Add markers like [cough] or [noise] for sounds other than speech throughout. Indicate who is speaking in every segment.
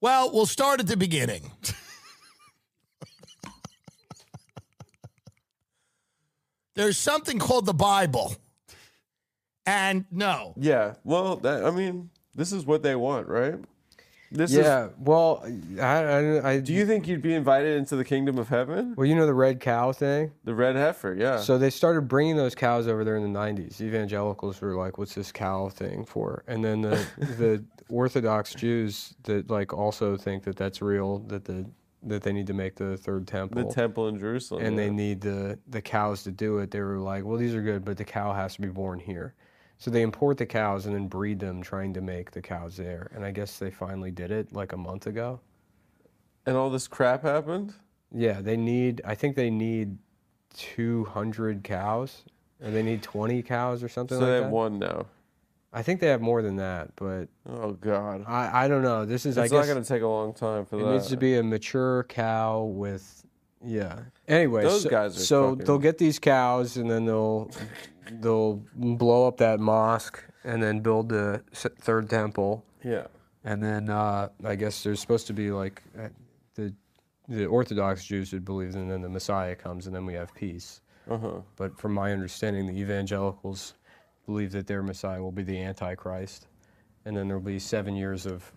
Speaker 1: Well, we'll start at the beginning. There's something called the Bible. And no,
Speaker 2: Yeah. Well, that, I mean, this is what they want, right? This is.
Speaker 3: yeah. Well, I, I, I
Speaker 2: Do you think you'd be invited into the kingdom of heaven?
Speaker 3: Well, you know the red cow thing.
Speaker 2: The red heifer, yeah.
Speaker 3: So they started bringing those cows over there in the '90s. Evangelicals were like, "What's this cow thing for?" And then
Speaker 2: [laughs]
Speaker 3: the the Orthodox Jews that like also think that that's real. That the that they need to make the third
Speaker 2: the
Speaker 3: temple.
Speaker 2: temple in Jerusalem.
Speaker 3: and
Speaker 2: yeah.
Speaker 3: they need the the cows to do it. They were like, "Well, these are good, but the cow has to be born here." So they import the cows and then breed them, trying to make the cows there. And I guess they finally did it like a month ago.
Speaker 2: and all this crap happened?
Speaker 3: Yeah, they need. I think they need two hundred cows, or they need twenty cows or something
Speaker 2: So
Speaker 3: like
Speaker 2: they have
Speaker 3: that.
Speaker 2: one now.
Speaker 3: I think they have more than that, but
Speaker 2: Oh, God.
Speaker 3: I I don't know. This is
Speaker 2: It's
Speaker 3: I
Speaker 2: not
Speaker 3: guess
Speaker 2: going to take a long time for
Speaker 3: it
Speaker 2: that.
Speaker 3: needs to be a mature cow with yeah. Anyway,
Speaker 2: Those
Speaker 3: so,
Speaker 2: guys are
Speaker 3: so
Speaker 2: fucking-
Speaker 3: they'll get these cows and then they'll they'll blow up that mosque and then build the s- third temple
Speaker 2: Yeah.
Speaker 3: and then uh, I guess there's supposed to be like uh, the the Orthodox Jews would believe and then the Messiah comes and then we have peace.
Speaker 2: Uh huh.
Speaker 3: But from my understanding, the evangelicals believe that their Messiah will be the Antichrist, and then there'll be seven years of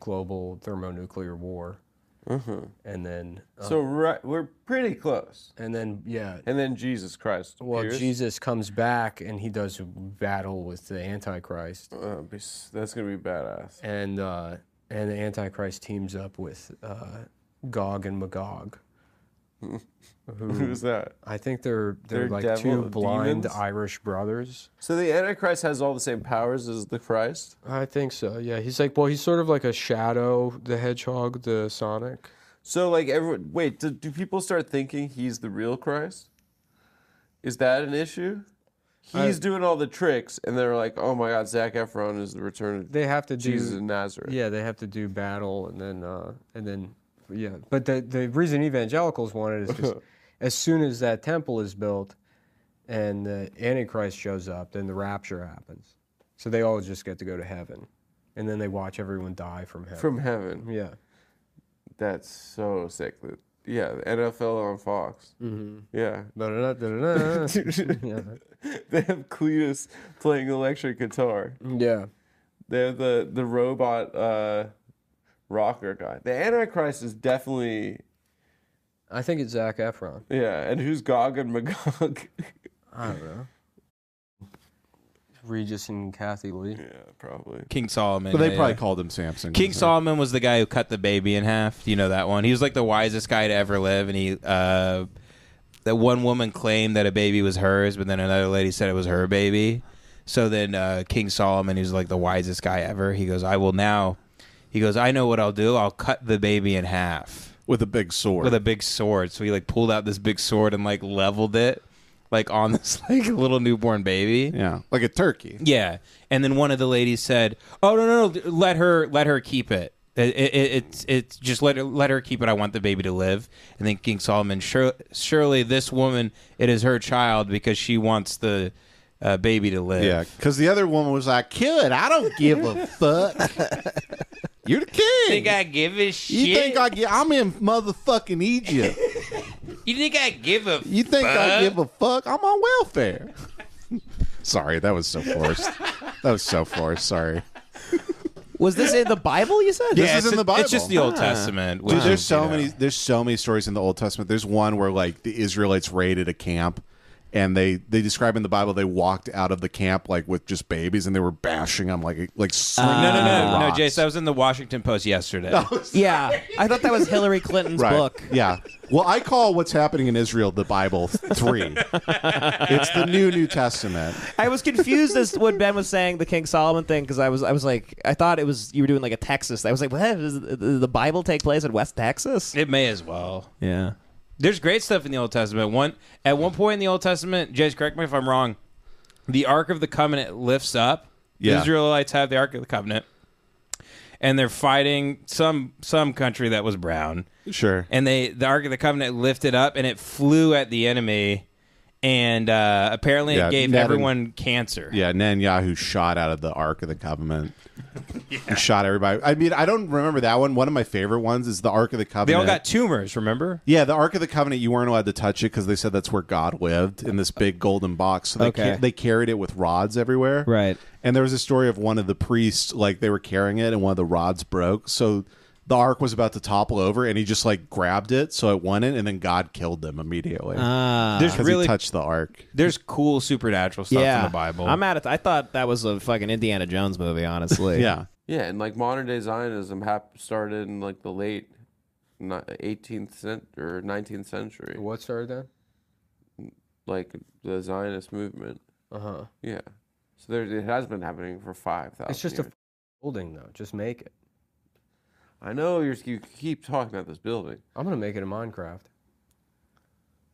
Speaker 3: global thermonuclear war, and then uh,
Speaker 2: So right, we're pretty close.
Speaker 3: and then yeah.
Speaker 2: And then Jesus Christ.
Speaker 3: Well,
Speaker 2: appears.
Speaker 3: Jesus comes back and he does battle with the Antichrist,
Speaker 2: Uh, be s- that's gonna be badass.
Speaker 3: and uh, and the Antichrist teams up with uh, Gog and Magog.
Speaker 2: [laughs] Who's that?
Speaker 3: I think they're they're,
Speaker 2: They're
Speaker 3: like
Speaker 2: devil-
Speaker 3: two blind
Speaker 2: demons?
Speaker 3: Irish brothers.
Speaker 2: So the Antichrist has all the same powers as the Christ.
Speaker 3: I think so. Yeah, he's like well, he's sort of like a shadow, the hedgehog, the Sonic.
Speaker 2: So like everyone, wait, do, do people start thinking he's the real Christ? Is that an issue?
Speaker 3: Uh,
Speaker 2: He's doing all the tricks, and they're like, "Oh my God, Zach Efron is the return of
Speaker 3: They have to do
Speaker 2: Jesus of Nazareth."
Speaker 3: yeah, they have to do battle and then uh, and then yeah. But the the reason evangelicals want it is [laughs] because as soon as that temple is built and the Antichrist shows up, then the rapture happens. So they all just get to go to heaven, and then they watch everyone die from heaven.
Speaker 2: From heaven.
Speaker 3: [laughs] yeah,
Speaker 2: That's so sick. That yeah, the NFL on Fox. Mm-hmm. Yeah,
Speaker 3: Da-da-da-da-da. [laughs] yeah,
Speaker 2: [laughs] they have Cletus playing electric guitar.
Speaker 3: yeah.
Speaker 2: They're the the robot uh, rocker guy. The Antichrist is definitely
Speaker 3: I think it's Zach Efron.
Speaker 2: yeah. And who's Gog and Magog? [laughs]
Speaker 3: I don't know. Regis and Kathy Lee.
Speaker 2: yeah, probably.
Speaker 4: King Solomon.
Speaker 5: But they
Speaker 4: yeah,
Speaker 5: probably
Speaker 4: yeah.
Speaker 5: called him Samson.
Speaker 4: King
Speaker 5: wasn't it?
Speaker 4: Solomon was the guy who cut the baby in half. You know that one. He was like the wisest guy to ever live, and he uh, that one woman claimed that a baby was hers, but then another lady said it was her baby. So then uh, King Solomon, who's like the wisest guy ever, he goes, "I will now." He goes, "I know what I'll do. I'll cut the baby in half."
Speaker 5: with a big sword.
Speaker 4: with a big sword. So he like pulled out this big sword and like leveled it like on [laughs] this like little newborn baby.
Speaker 5: yeah, like a turkey.
Speaker 4: Yeah. And then one of the ladies said, "Oh no, no, no, let her let her keep it." It, it, it, it's- it's just let her, let her keep it. I want the baby to live. And then King Solomon, sure, surely this woman, it is her child because she wants the uh, baby to live.
Speaker 5: Yeah, because the other woman was like, "Kill it! I don't give
Speaker 6: [laughs]
Speaker 5: a fuck. You're the king.
Speaker 4: Think I give a shit?
Speaker 5: you think I get? I'm in motherfucking Egypt.
Speaker 4: you think I give a?
Speaker 5: You think I give a fuck? I'm on welfare." [laughs] sorry, that was so forced. That was so forced. Sorry.
Speaker 6: Was this in the Bible? You said.
Speaker 5: This
Speaker 4: Yeah,
Speaker 5: is
Speaker 4: it's
Speaker 5: in the Bible.
Speaker 4: It's just the Old Testament.
Speaker 5: Dude,
Speaker 4: which
Speaker 5: there's
Speaker 4: is,
Speaker 5: so
Speaker 4: you know-
Speaker 5: many. There's so many stories in the Old Testament. There's one where like the Israelites raided a camp, and they they describe in the Bible they walked out of the camp like with just babies, and they were bashing them like like slinging
Speaker 4: No, no, no, no,
Speaker 5: rocks.
Speaker 4: Jace. That was in the Washington
Speaker 5: [laughs]
Speaker 4: Post yesterday.
Speaker 6: Yeah, I thought that was Hillary Clinton's book.
Speaker 5: Yeah. Well, I call what's happening in Israel the Bible three. it's the new New Testament.
Speaker 6: I was confused as to what Ben was saying the King Solomon thing because I was I was like I thought it was you were doing like a Texas. I was like, what does the- the Bible take place in West Texas?
Speaker 4: It may as well.
Speaker 6: Yeah.
Speaker 4: There's great stuff in the Old Testament. One at one point in the Old Testament, Jace, correct me if I'm wrong. The Ark of the Covenant lifts up. The
Speaker 5: Yeah.
Speaker 4: Israelites have the Ark of the Covenant, and they're fighting some some country that was brown.
Speaker 5: Sure.
Speaker 4: And they the Ark of the Covenant lifted up, and it flew at the enemy, and uh, apparently
Speaker 5: Yeah,
Speaker 4: it gave
Speaker 5: Nevin-
Speaker 4: everyone cancer.
Speaker 5: Yeah, Netanyahu shot out of the Ark of the Covenant. He shot everybody. I mean, I don't remember that one. One of my favorite ones is the Ark of the Covenant.
Speaker 4: They all got tumors, remember?
Speaker 5: yeah, the Ark of the Covenant. You weren't allowed to touch it because they said that's where God lived in this big golden box. So they
Speaker 6: Okay.
Speaker 5: ca- they carried it with rods everywhere.
Speaker 6: Right.
Speaker 5: And there was a story of one of the priests like they were carrying it and one of the rods broke. So the ark was about to topple over and he just like grabbed it so it won it and then God killed them immediately.
Speaker 6: Ah.
Speaker 4: There's
Speaker 5: because
Speaker 4: really
Speaker 5: he touched the ark.
Speaker 4: there's cool supernatural stuff
Speaker 6: yeah.
Speaker 4: in the Bible.
Speaker 6: I'm at it. I thought that was a fucking Indiana Jones movie, honestly.
Speaker 5: [laughs] Yeah.
Speaker 7: Yeah, and like modern day Zionism hap- started in like the late ni- 18th cent- or 19th century,
Speaker 3: What started that?
Speaker 7: like the Zionist movement.
Speaker 3: Uh huh.
Speaker 7: Yeah, so there it has been happening for five thousand.
Speaker 3: It's just a
Speaker 7: years.
Speaker 3: f- building though. Just make it.
Speaker 7: I know you're, you keep talking about this building.
Speaker 3: I'm gonna make it a Minecraft.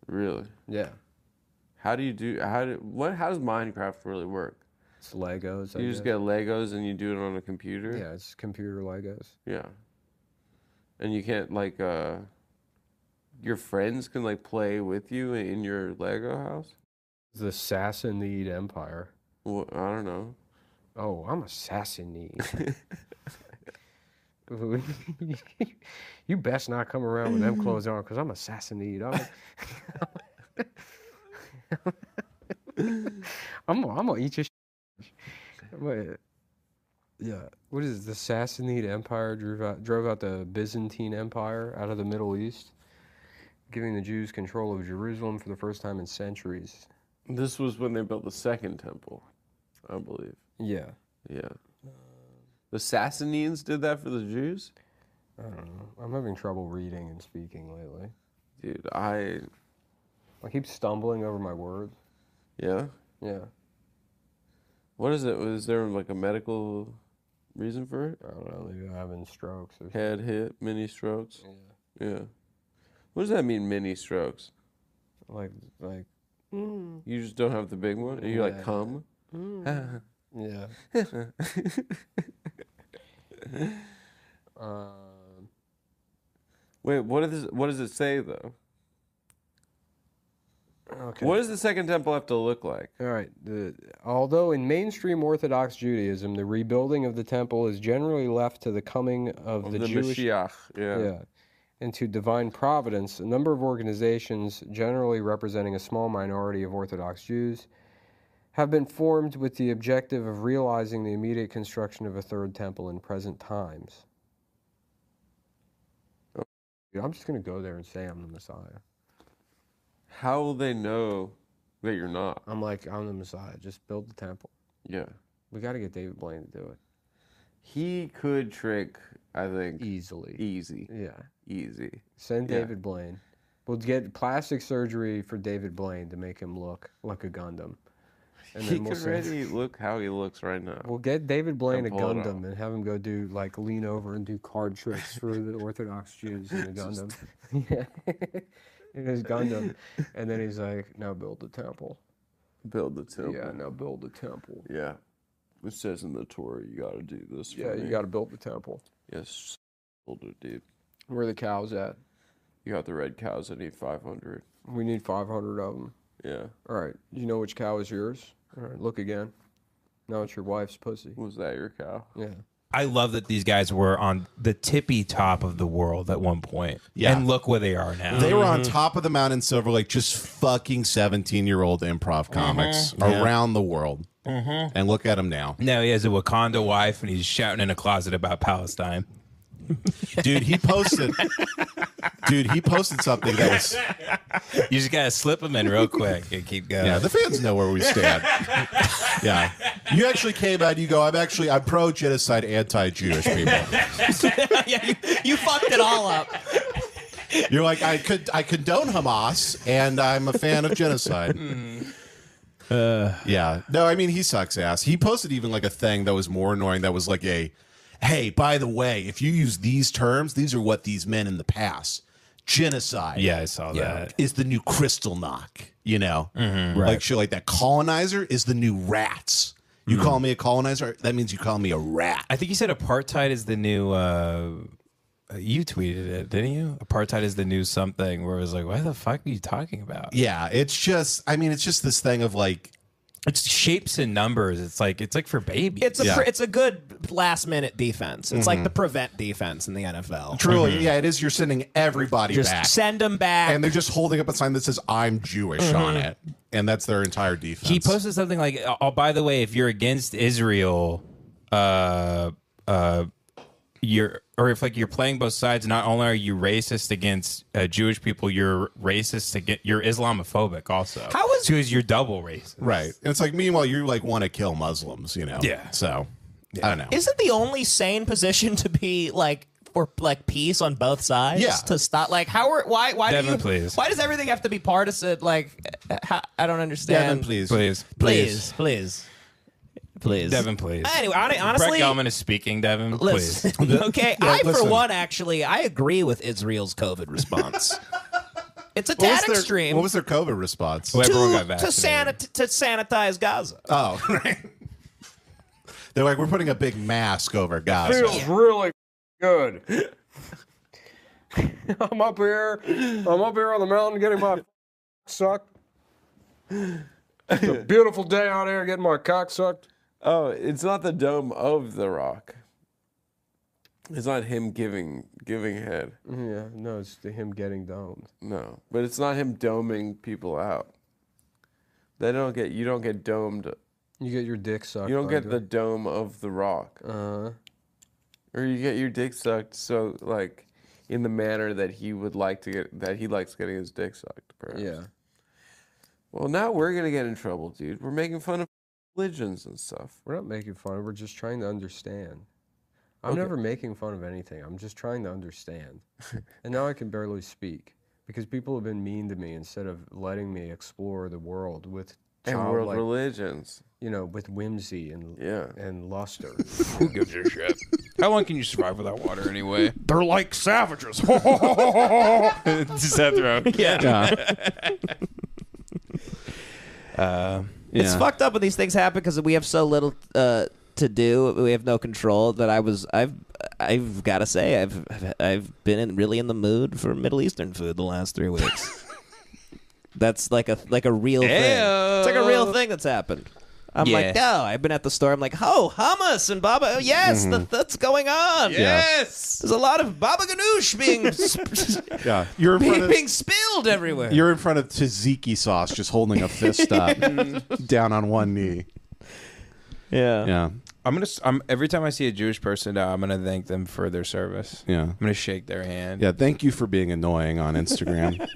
Speaker 7: Really,
Speaker 3: Yeah.
Speaker 7: how do you do? How do what? How does Minecraft really work?
Speaker 3: It's Legos. I
Speaker 7: You just
Speaker 3: guess.
Speaker 7: get Legos and you do it on a computer.
Speaker 3: Yeah, it's computer Legos.
Speaker 7: Yeah. And you can't like uh your friends can like play with you in your Lego house?
Speaker 3: The Sassanid Empire.
Speaker 7: Well, I don't know.
Speaker 3: Oh, I'm a Sassanid. [laughs] you best not come around with them clothes on, cause I'm a Sassanid. I'm a- [laughs] I'm gonna I'm gonna eat your. sh- I'm gonna- Yeah, what is it? the Sassanid Empire drove out, drove out the Byzantine Empire out of the Middle East, giving the Jews control of Jerusalem for the first time in centuries.
Speaker 7: This was when they built the second temple, I believe.
Speaker 3: Yeah,
Speaker 7: Yeah. The Sassanians did that for the Jews?
Speaker 3: I don't know. I'm having trouble reading and speaking lately.
Speaker 7: Dude, I
Speaker 3: I keep stumbling over my words.
Speaker 7: yeah.
Speaker 3: Yeah,
Speaker 7: What is it? Was there like a medical reason for it?
Speaker 3: I don't know. Maybe I'm having strokes. Or
Speaker 7: Head hit, mini strokes? Yeah. Yeah. What does that mean mini strokes?
Speaker 3: like, like,
Speaker 7: You just don't have the big one? And you like
Speaker 3: Yeah.
Speaker 7: come? [laughs]
Speaker 3: yeah. uh,
Speaker 7: Wait, what is what does it say though?
Speaker 3: okay.
Speaker 7: What does the second temple have to look like?
Speaker 3: All right. The, although in mainstream Orthodox Judaism, the rebuilding of the temple is generally left to the coming of,
Speaker 7: Of
Speaker 3: the,
Speaker 7: the,
Speaker 3: Jewish
Speaker 7: Mashiach. Yeah.
Speaker 3: yeah, and to divine providence, a number of organizations, generally representing a small minority of Orthodox Jews, have been formed with the objective of realizing the immediate construction of a third temple in present times. Dude, I'm just gonna go there and say I'm the Messiah.
Speaker 7: How will they know that you're not?
Speaker 3: I'm like I'm the Messiah. Just build the temple.
Speaker 7: Yeah.
Speaker 3: We got to get David Blaine to do it
Speaker 7: He could trick, I think,
Speaker 3: E-, easily.
Speaker 2: E
Speaker 7: easy.
Speaker 3: Yeah,
Speaker 7: Easy.
Speaker 3: send
Speaker 7: Yeah.
Speaker 3: David Blaine. We'll get plastic surgery for David Blaine to make him look like a Gundam. And
Speaker 7: [laughs] he
Speaker 3: then we'll
Speaker 7: could
Speaker 3: send-
Speaker 7: already
Speaker 3: [laughs]
Speaker 7: look how he looks right now.
Speaker 3: We'll get David Blaine a
Speaker 7: And pull it
Speaker 3: Gundam and have him go do like lean over and do card tricks for
Speaker 7: [laughs]
Speaker 3: the Orthodox Jews in a Gundam. [laughs] yeah. in his Gundam. And then he's like, now build the temple.
Speaker 7: Build the temple.
Speaker 3: Yeah, now build the temple.
Speaker 7: Yeah. It says in the Torah, you got to do this.
Speaker 3: Yeah, you got to build the temple.
Speaker 7: Yes, older dude.
Speaker 3: Where the cows at?
Speaker 7: You got the red cows. I need 500.
Speaker 3: We need 500 of them.
Speaker 7: Yeah.
Speaker 3: All right. You know which cow is yours? All right. Look again. Now it's your wife's pussy.
Speaker 7: Was that your cow?
Speaker 3: Yeah.
Speaker 4: I love that these guys were on the tippy top of the world at one point.
Speaker 5: Yeah.
Speaker 4: And look where they are now.
Speaker 5: They were on top of the mountain silver like just fucking 17 year old
Speaker 6: Uh-huh.
Speaker 5: improv comics around the world. And look at them now.
Speaker 4: now he has a Wakanda wife and he's shouting in a closet about Palestine.
Speaker 5: Dude, he posted Dude, he posted something that was
Speaker 4: You just gotta slip him in real quick and keep going.
Speaker 5: Yeah, the fans know where we stand. yeah. You actually came out, you go, I'm actually I'm pro genocide anti Jewish people.
Speaker 8: yeah, you, you fucked it all up.
Speaker 5: You're like, I could I condone Hamas and I'm a fan of genocide. yeah. No, I mean he sucks ass. He posted even like a thing that was more annoying that was like a hey, by the way, if you use these terms, these are what these men in the past. Genocide.
Speaker 4: Yeah, Mm-hmm. I saw that.
Speaker 5: Is the new crystal knock, you know? Like shit like that. Colonizer is the new rats. You call me a colonizer, that means you call me a rat.
Speaker 4: I think he said apartheid is the new uh, you tweeted it, didn't you? Apartheid is the new something. Where it was like, what the fuck are you talking about?
Speaker 5: Yeah, it's just. I mean, it's just this thing of like.
Speaker 4: It's shapes and numbers. It's like it's like for babies.
Speaker 6: It's a
Speaker 5: Yeah. Mm-hmm.
Speaker 6: pr- it's a good last minute defense. It's like the prevent defense in the NFL.
Speaker 5: Truly,
Speaker 4: Mm-hmm.
Speaker 5: yeah, it is. You're sending everybody
Speaker 6: Just
Speaker 5: back,
Speaker 6: send them back.
Speaker 5: and they're just holding up a sign that says "I'm Jewish" on it, and that's their entire defense.
Speaker 4: Mm-hmm. he posted something like, "Oh, by the way, if you're against Israel, uh, uh, you're or if like you're playing both sides, not only are you racist against uh, Jewish people, you're racist against you're Islamophobic also.
Speaker 6: How is-
Speaker 4: so is you're double racist?
Speaker 5: right, and it's like meanwhile you like want to kill Muslims, you know?
Speaker 4: Yeah.
Speaker 5: So I don't know.
Speaker 6: Isn't the only sane position to be like for like peace on both sides?
Speaker 5: Yeah.
Speaker 6: To stop like how are why why do
Speaker 4: Devin,
Speaker 6: you
Speaker 4: please.
Speaker 6: why does everything have to be partisan? Like uh, how, I don't understand.
Speaker 5: Devin, please,
Speaker 4: Please,
Speaker 6: please, please, please,
Speaker 4: Devin, please.
Speaker 6: Anyway, hon- honestly,
Speaker 4: Brett Gelman is speaking, Devin. Please.
Speaker 6: listen. [laughs] okay, I
Speaker 5: listen.
Speaker 6: for one actually I agree with Israel's COVID
Speaker 5: [laughs]
Speaker 6: response. it's a
Speaker 5: What was
Speaker 6: tad
Speaker 5: their-
Speaker 6: extreme.
Speaker 5: What was their COVID response?
Speaker 4: Well,
Speaker 6: to,
Speaker 4: everyone got
Speaker 6: to,
Speaker 4: vaccinated.
Speaker 6: sanit- to sanitize Gaza.
Speaker 5: Oh, [laughs] right. They're like, we're putting a big mask over Gaza.
Speaker 3: feels really good. [laughs] I'm up here. I'm up here on the mountain getting my [laughs] sucked. It's [laughs] a beautiful day out here getting my cock sucked.
Speaker 2: Oh, it's not the dome of the rock. It's not him giving giving head.
Speaker 3: Yeah, no, it's to him getting domed.
Speaker 2: No, but it's not him doming people out. They don't get you don't get domed.
Speaker 3: You get your dick sucked.
Speaker 2: You don't
Speaker 3: by
Speaker 2: get the
Speaker 3: doing-
Speaker 2: dome of the rock,
Speaker 3: Uh,
Speaker 2: or you get your dick sucked. So like, in the manner that he would like to get that he likes getting his dick sucked. Perhaps.
Speaker 3: yeah.
Speaker 2: Well, now we're gonna get in trouble, dude. We're making fun of religions and stuff.
Speaker 3: We're not making fun. We're just trying to understand. I'm
Speaker 2: Okay.
Speaker 3: never making fun of anything. I'm just trying to understand. and now I can barely speak because people have been mean to me instead of letting me explore the world with
Speaker 2: And world
Speaker 3: childlike,
Speaker 2: religions.
Speaker 3: you know, with whimsy and
Speaker 2: Yeah.
Speaker 3: and luster.
Speaker 4: Who gives a shit? How long can you survive without water anyway?
Speaker 5: They're like savages.
Speaker 4: Just that throw. Yeah. Uh,
Speaker 6: It's fucked up when these things happen because we have so little uh, to do. We have no control. That I was, I've, I've got to say, I've, I've- I've been in, really in the mood for Middle Eastern food the last three weeks. that's like a like a real thing.
Speaker 4: Ayo.
Speaker 6: It's like a real thing that's happened. I'm like,
Speaker 4: Yeah.
Speaker 6: no, I've been at the store. I'm like, oh, hummus and baba. Oh, yes, that, that's going on.
Speaker 4: yes.
Speaker 6: There's a lot of baba ganoush being sp-
Speaker 5: yeah, you're in front
Speaker 6: [laughs] being,
Speaker 5: of [laughs]
Speaker 6: being spilled everywhere.
Speaker 5: you're in front of tzatziki sauce, just holding a fist
Speaker 4: [laughs]
Speaker 5: up,
Speaker 4: Mm-hmm.
Speaker 5: down on one knee. Yeah,
Speaker 4: [laughs] I'm gonna. s- I'm every time I see a Jewish person now, I'm gonna thank them for their service.
Speaker 5: yeah,
Speaker 4: I'm gonna shake their hand.
Speaker 5: yeah. Thank you for being annoying on Instagram.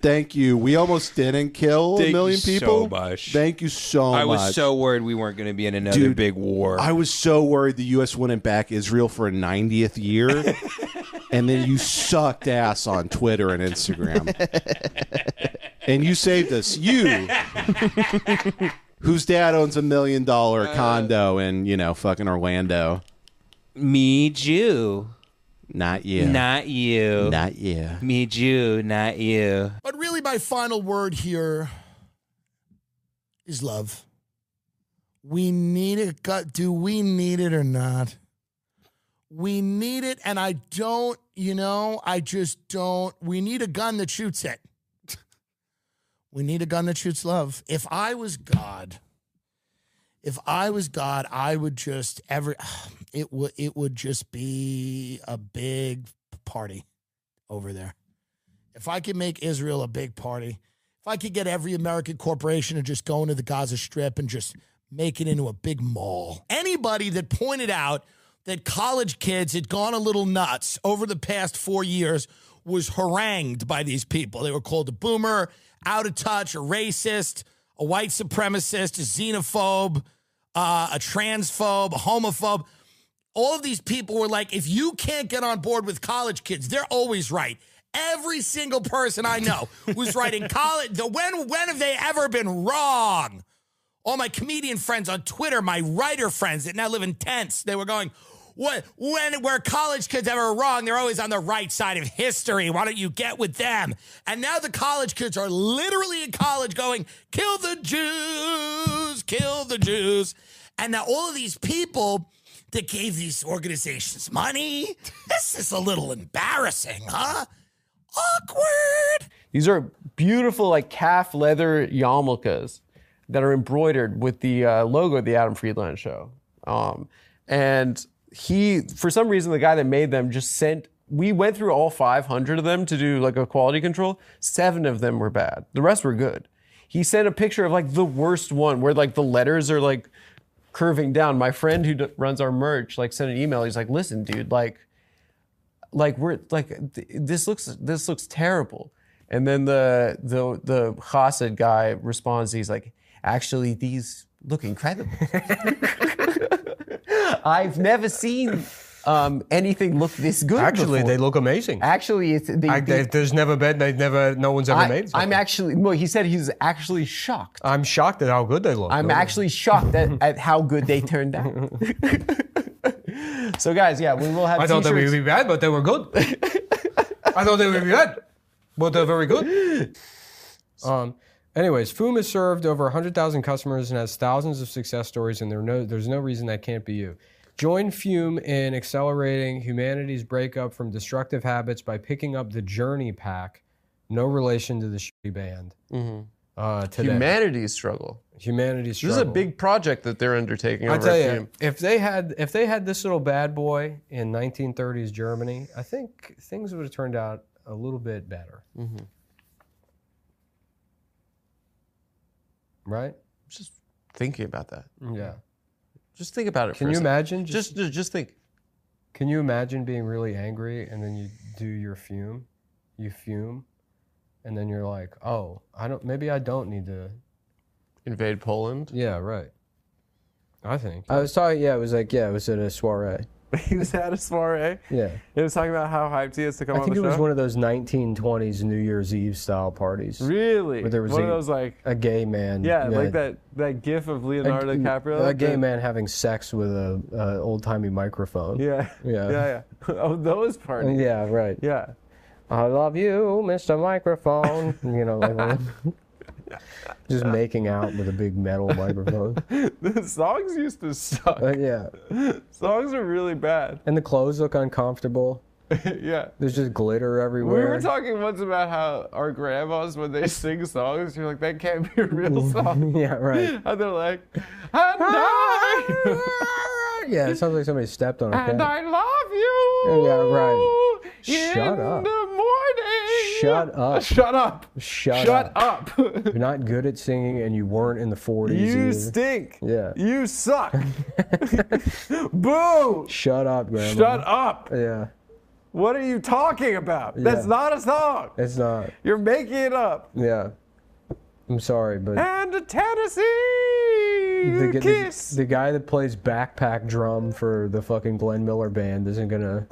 Speaker 5: Thank you. We almost didn't kill
Speaker 4: Thank
Speaker 5: a
Speaker 4: you
Speaker 5: million
Speaker 4: so
Speaker 5: people.
Speaker 4: much.
Speaker 5: Thank you so
Speaker 4: I
Speaker 5: much.
Speaker 4: was so worried we weren't gonna be in another
Speaker 5: Dude,
Speaker 4: big war.
Speaker 5: I was so worried the U.S. wouldn't back Israel for a 90th year, and then you sucked ass on Twitter and Instagram, and you saved us. You, whose dad owns a million dollar
Speaker 4: Uh,
Speaker 5: condo in you know fucking Orlando,
Speaker 4: Me Jew,
Speaker 5: not you,
Speaker 4: not you.
Speaker 5: not you.
Speaker 4: Me Jew, not you.
Speaker 9: But really, my final word here is love. We need it. God, do we need it or not? We need it, and I don't, you know, I just don't. We need a gun that shoots it. we need a gun that shoots love. If I was God, if I was God, I would just every [sighs] it would it would just be a big party over there if I could make Israel a big party, if I could get every American corporation to just go into the Gaza Strip and just make it into a big mall. Anybody that pointed out that college kids had gone a little nuts over the past four years was harangued by these people. They were called a boomer, out of touch, a racist, a white supremacist, a xenophobe, uh, a transphobe, a homophobe all of these people were like, if you can't get on board with college kids, they're always right. Every single person I know was right in college. The, when when have they ever been wrong? All my comedian friends on Twitter, my writer friends that now live in tents, they were going, "What? When were college kids ever wrong? They're always on the right side of history. Why don't you get with them?" And now the college kids are literally in college, going, "Kill the Jews, kill the Jews," and now all of these people that gave these organizations money? This is a little embarrassing, huh? Awkward.
Speaker 7: These are beautiful, like calf leather yarmulkes that are embroidered with the uh, logo of the Adam Friedland show. Um, and he, for some reason, the guy that made them just sent. We went through all 500 of them to do like a quality control. Seven of them were bad. The rest were good. He sent a picture of like the worst one where like the letters are like curving down. My friend who d- runs our merch like sent an email. He's like, "Listen, dude, like like we're like th- this looks this looks terrible. And then the the the Chassid guy responds. He's like, actually, these look incredible. [laughs] I've never seen um, anything look this good.
Speaker 3: Actually,
Speaker 7: before.
Speaker 3: they look amazing.
Speaker 7: actually it's they,
Speaker 3: I,
Speaker 7: they-
Speaker 3: they, there's never been. They've never. No one's ever
Speaker 7: I,
Speaker 3: made. Something.
Speaker 7: I'm actually. Well, he said he's actually shocked.
Speaker 3: I'm shocked at how good they look.
Speaker 7: I'm
Speaker 3: really.
Speaker 7: actually shocked at, at how good they turned [laughs] out. so, guys, yeah, we will have.
Speaker 3: I thought they would
Speaker 7: t-shirts.
Speaker 3: be bad, but they were good. I thought they would be bad, but they're very good.
Speaker 7: [laughs]
Speaker 3: Um, anyways, Foom has served over 100,000 customers and has thousands of success stories, and there are no, there's no reason that can't be you. Join Fume in accelerating humanity's breakup from destructive habits by picking up the Journey Pack, no relation to the shitty band. Uh, today.
Speaker 7: humanity's struggle.
Speaker 3: Humanity's
Speaker 7: Mm-hmm. This is a
Speaker 3: struggle.
Speaker 7: big project that they're undertaking.
Speaker 3: I
Speaker 7: over
Speaker 3: tell
Speaker 7: at
Speaker 3: you, if they had if they had this little bad boy in 1930s Germany, I think things would have turned out a little bit better. Right?
Speaker 2: Just thinking about that.
Speaker 3: Yeah.
Speaker 2: Just think about it.
Speaker 3: Can
Speaker 2: for a
Speaker 3: you
Speaker 2: second.
Speaker 3: imagine? Mm-hmm. Just,
Speaker 2: Just, just, just think.
Speaker 3: can you imagine being really angry and then you do your fume, you fume, and then you're like, oh, I don't. Maybe I don't need to.
Speaker 7: Invade Poland.
Speaker 3: Yeah. Right. I think. I was talking. Yeah, it was like yeah, it was at a soiree.
Speaker 7: [laughs] he was at a soiree.
Speaker 3: Yeah.
Speaker 7: He was talking about how hyped he is to come
Speaker 3: I
Speaker 7: on
Speaker 3: think
Speaker 7: the
Speaker 3: it was
Speaker 7: show.
Speaker 3: one of those 1920s New Year's Eve style parties.
Speaker 7: really?
Speaker 3: where there was
Speaker 7: one
Speaker 3: a-
Speaker 7: of those like
Speaker 3: A gay man.
Speaker 7: yeah, like that that gif of
Speaker 3: A,
Speaker 7: Leonardo DiCaprio.
Speaker 3: a
Speaker 7: like
Speaker 3: gay
Speaker 7: the-
Speaker 3: man having sex with a, a old timey microphone.
Speaker 7: Yeah.
Speaker 3: Yeah.
Speaker 7: [laughs] Yeah. yeah. oh, those parties.
Speaker 3: Yeah, right.
Speaker 7: Yeah. [laughs]
Speaker 3: I love you, Mr. Microphone. you know, like [laughs] just making out with a big metal microphone.
Speaker 7: The songs used to suck.
Speaker 3: Uh, yeah.
Speaker 7: Songs are really bad. [laughs]
Speaker 3: And the clothes look uncomfortable.
Speaker 7: yeah.
Speaker 3: There's just glitter
Speaker 7: We
Speaker 3: everywhere.
Speaker 7: were talking once about how our grandmas, when they sing songs, you're like, that can't be
Speaker 3: [laughs]
Speaker 7: a real song.
Speaker 3: [laughs] yeah, right.
Speaker 7: [laughs]
Speaker 3: [laughs]
Speaker 7: And they're like, and I,
Speaker 3: Yeah, it sounds like somebody stepped on a
Speaker 7: and
Speaker 3: cat.
Speaker 7: I love you.
Speaker 3: Yeah, right.
Speaker 7: In
Speaker 3: Shut up.
Speaker 7: the morning.
Speaker 3: Shut up.
Speaker 7: [laughs] Shut up.
Speaker 3: Shut,
Speaker 7: Shut
Speaker 3: up.
Speaker 7: up. [laughs]
Speaker 3: You're not good at singing, and you weren't in the 40s.
Speaker 7: you
Speaker 3: either.
Speaker 7: stink.
Speaker 3: Yeah.
Speaker 7: You suck. [laughs] Boo.
Speaker 3: Shut up, Grandma.
Speaker 7: Shut up.
Speaker 3: Yeah,
Speaker 7: What are you talking about? That's
Speaker 3: Yeah.
Speaker 7: not a song.
Speaker 3: it's not.
Speaker 7: You're making it up.
Speaker 3: Yeah. I'm sorry, but
Speaker 7: and a
Speaker 3: the,
Speaker 7: Tennessee
Speaker 3: g- the,
Speaker 7: kiss.
Speaker 3: the guy that plays backpack drum for the fucking Glenn Miller band isn't [laughs] gonna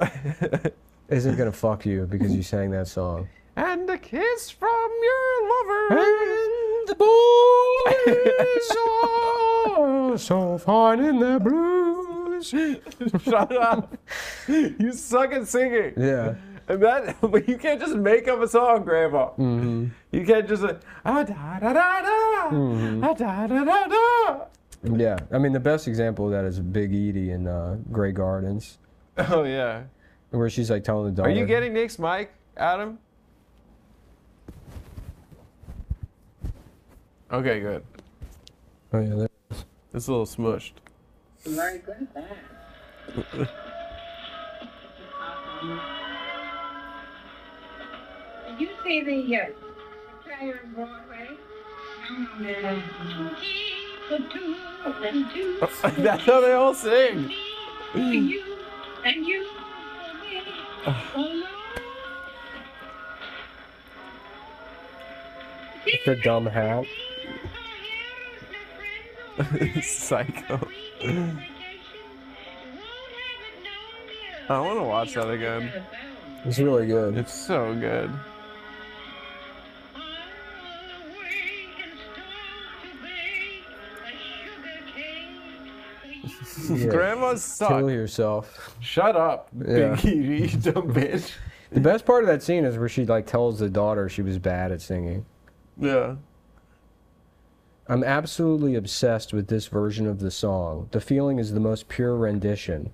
Speaker 3: isn't gonna fuck you because you sang that song.
Speaker 7: and a kiss from your lover.
Speaker 3: [laughs] And the boys are so fine in their blues.
Speaker 7: Shut up. you suck at singing.
Speaker 3: [laughs] Yeah.
Speaker 7: And that, [laughs] but you can't just make up a song, Grandma.
Speaker 3: Mm-hmm.
Speaker 7: You can't just like, ah, da da da da,
Speaker 3: Mm-hmm.
Speaker 7: ah, da da da da.
Speaker 3: Yeah. I mean, the best example of that is Big Edie in uh, Grey Gardens,
Speaker 7: Oh yeah.
Speaker 3: where she's like telling the
Speaker 7: Are
Speaker 3: daughter.
Speaker 7: you getting Nick's mic, Adam? Okay, good.
Speaker 3: Oh, yeah, there-
Speaker 7: It's a little smushed. [laughs]
Speaker 10: Did you see the uh, play on Broadway? The two and two.
Speaker 7: That's how they all sing.
Speaker 10: for you and you for me. Alone.
Speaker 3: the dumb hat.
Speaker 7: Psycho.
Speaker 10: I want to watch that again.
Speaker 3: It's really good.
Speaker 7: It's so good.
Speaker 3: Yeah.
Speaker 7: Grandma
Speaker 3: Kill
Speaker 7: sucks.
Speaker 3: yourself.
Speaker 7: Shut up,
Speaker 3: Yeah.
Speaker 7: Big Edie, [laughs] you dumb bitch.
Speaker 3: The best part of that scene is where she like tells the daughter she was bad at singing.
Speaker 7: Yeah.
Speaker 3: I'm absolutely obsessed with this version of the song. The feeling is the most pure rendition.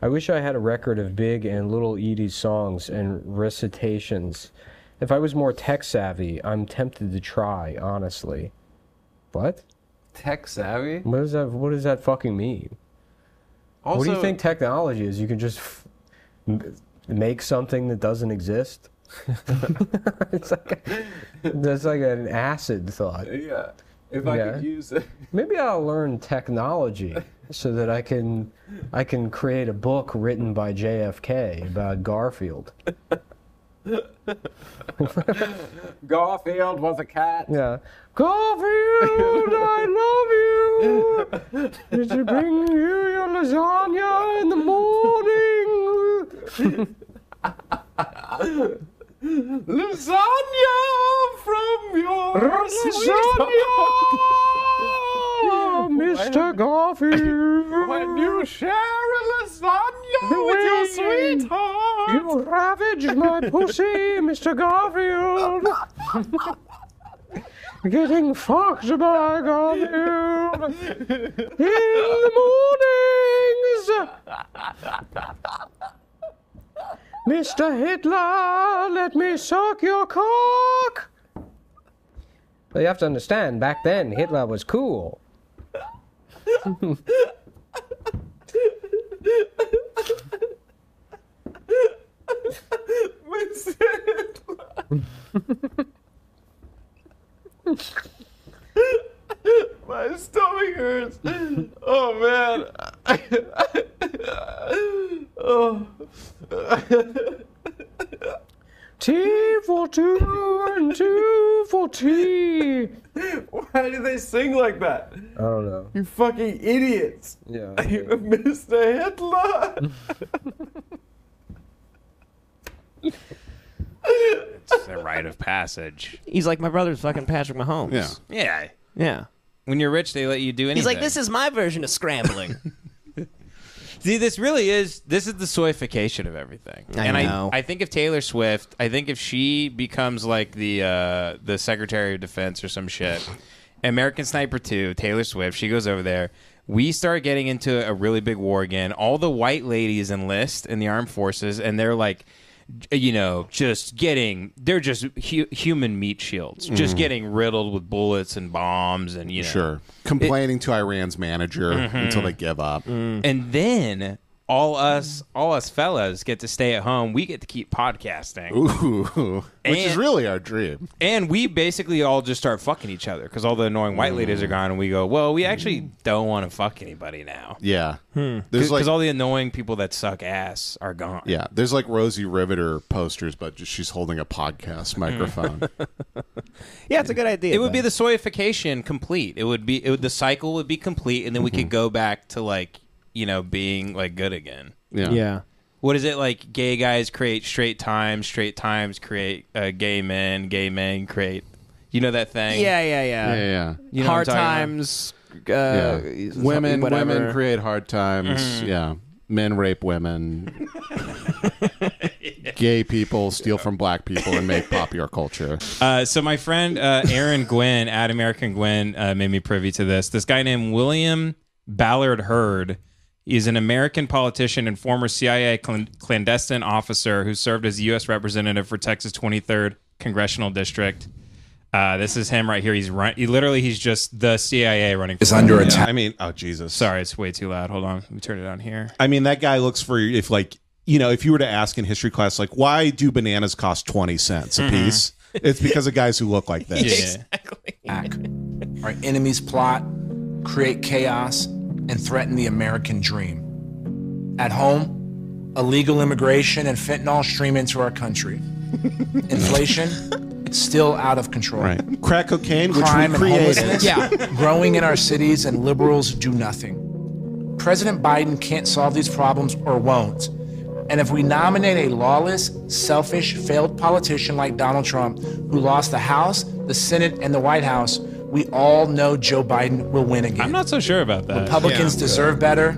Speaker 3: I wish I had a record of Big and Little Edie's songs and recitations. If I was more tech savvy, I'm tempted to try, honestly. What?
Speaker 7: Tech savvy.
Speaker 3: What does that what does that fucking mean?
Speaker 7: Also,
Speaker 3: what do you think technology is? You can just f- m- make something that doesn't exist. [laughs] it's like a, that's like an acid thought.
Speaker 7: Yeah. If
Speaker 3: Yeah.
Speaker 7: use it.
Speaker 3: Maybe I'll learn technology so that I can I can create a book written by JFK about Garfield.
Speaker 7: Garfield was a cat.
Speaker 3: Yeah. Garfield, I love you. Did you bring you your lasagna in the morning?
Speaker 7: Lasagna from your
Speaker 3: Lasagna, Mr. Garfield.
Speaker 7: When you share a lasagna with your
Speaker 3: way you-
Speaker 7: sweetheart.
Speaker 3: You ravaged my
Speaker 7: [laughs]
Speaker 3: pussy, Mr. Garfield. Getting fucked by Garfield in the mornings. Mr. Hitler, let me suck your cock. Well, you have to understand, back then, Hitler was cool.
Speaker 7: My stomach
Speaker 3: [laughs]
Speaker 7: hurts. Oh man. oh.
Speaker 3: Tea for two and two for tea.
Speaker 7: Why do they sing like that?
Speaker 3: I don't know.
Speaker 7: You fucking idiots.
Speaker 3: Uh. Yeah.
Speaker 7: Mr.
Speaker 1: [laughs]
Speaker 7: Hitler.
Speaker 4: It's the rite of passage.
Speaker 6: He's like my brother's fucking Patrick Mahomes.
Speaker 5: Yeah.
Speaker 4: Yeah.
Speaker 6: Yeah.
Speaker 4: When you're rich, they let you do anything.
Speaker 6: He's like, this is my version of scrambling.
Speaker 4: See, this really is. This is the soification of everything.
Speaker 6: I
Speaker 4: and
Speaker 6: know.
Speaker 4: I, I think if Taylor Swift, I think if she becomes like the uh, the Secretary of Defense or some shit, [laughs] American Sniper Two, Taylor Swift, she goes over there. We start getting into a really big war again. All the white ladies enlist in the armed forces, and they're like, you know, just getting. They're just hu- human meat shields, just
Speaker 6: Mm-hmm.
Speaker 4: getting riddled with bullets and bombs, and you know,
Speaker 5: Sure. Complaining to Iran's manager
Speaker 4: Mm-hmm.
Speaker 5: until they give up.
Speaker 4: and then all us all us fellas get to stay at home we get to keep podcasting
Speaker 5: Ooh. Which is
Speaker 4: And-
Speaker 5: really our dream.
Speaker 4: and we basically all just start fucking each other because all the annoying white
Speaker 5: Mm.
Speaker 4: ladies are gone and we go well we actually don't want to fuck anybody now
Speaker 5: Yeah.
Speaker 4: because
Speaker 5: There's like
Speaker 4: Hmm. all the annoying people that suck ass are gone
Speaker 5: yeah, there's like Rosie Riveter posters, but just, she's holding a podcast microphone.
Speaker 6: [laughs]
Speaker 4: [laughs]
Speaker 6: yeah, it's a good idea.
Speaker 4: it would be the soyification complete it would be it would, the cycle would be complete and then we
Speaker 5: Mm-hmm.
Speaker 4: could go back to like you know being like good again
Speaker 5: Yeah.
Speaker 6: yeah.
Speaker 4: what is it like gay guys create straight times straight times create uh, gay men gay men create you know that thing
Speaker 6: Yeah, yeah, yeah.
Speaker 5: Yeah, yeah.
Speaker 4: You know
Speaker 6: Hard
Speaker 4: what I'm talking about?
Speaker 6: times. Uh,
Speaker 5: Yeah.
Speaker 6: something-
Speaker 5: women
Speaker 6: whatever.
Speaker 5: women create hard times. Yeah. Men rape [laughs] women. Gay people steal from black people and make popular culture.
Speaker 4: Uh, so my friend uh, Aaron Gwynn at American Gwynn uh, made me privy to this. This guy named William Ballard Hurd is an American politician and former CIA clan- clandestine officer who served as U.S. representative for Texas 23rd Congressional District. Uh, this is him right here. He's run- he literally he's just the CIA running. For
Speaker 11: is under attack.
Speaker 5: [laughs] I mean, oh Jesus.
Speaker 4: Sorry, it's way too loud. Hold on, let me turn it on here.
Speaker 5: I mean, that guy looks for if like you know, if you were to ask in history class, like, why do bananas cost twenty cents a piece? It's because of guys who look like this.
Speaker 11: Our enemies plot, create chaos, and threaten the American dream. At home, illegal immigration and fentanyl stream into our country. Inflation, still out of control.
Speaker 5: Right. Crack cocaine, which
Speaker 11: Crime
Speaker 5: we
Speaker 11: and
Speaker 5: created.
Speaker 11: homelessness growing in our cities, and liberals do nothing. President Biden can't solve these problems or won't. And if we nominate a lawless, selfish, failed politician like Donald Trump, who lost the House, the Senate, and the White House, we all know Joe Biden will win again.
Speaker 4: I'm not so sure about that.
Speaker 11: Republicans deserve better.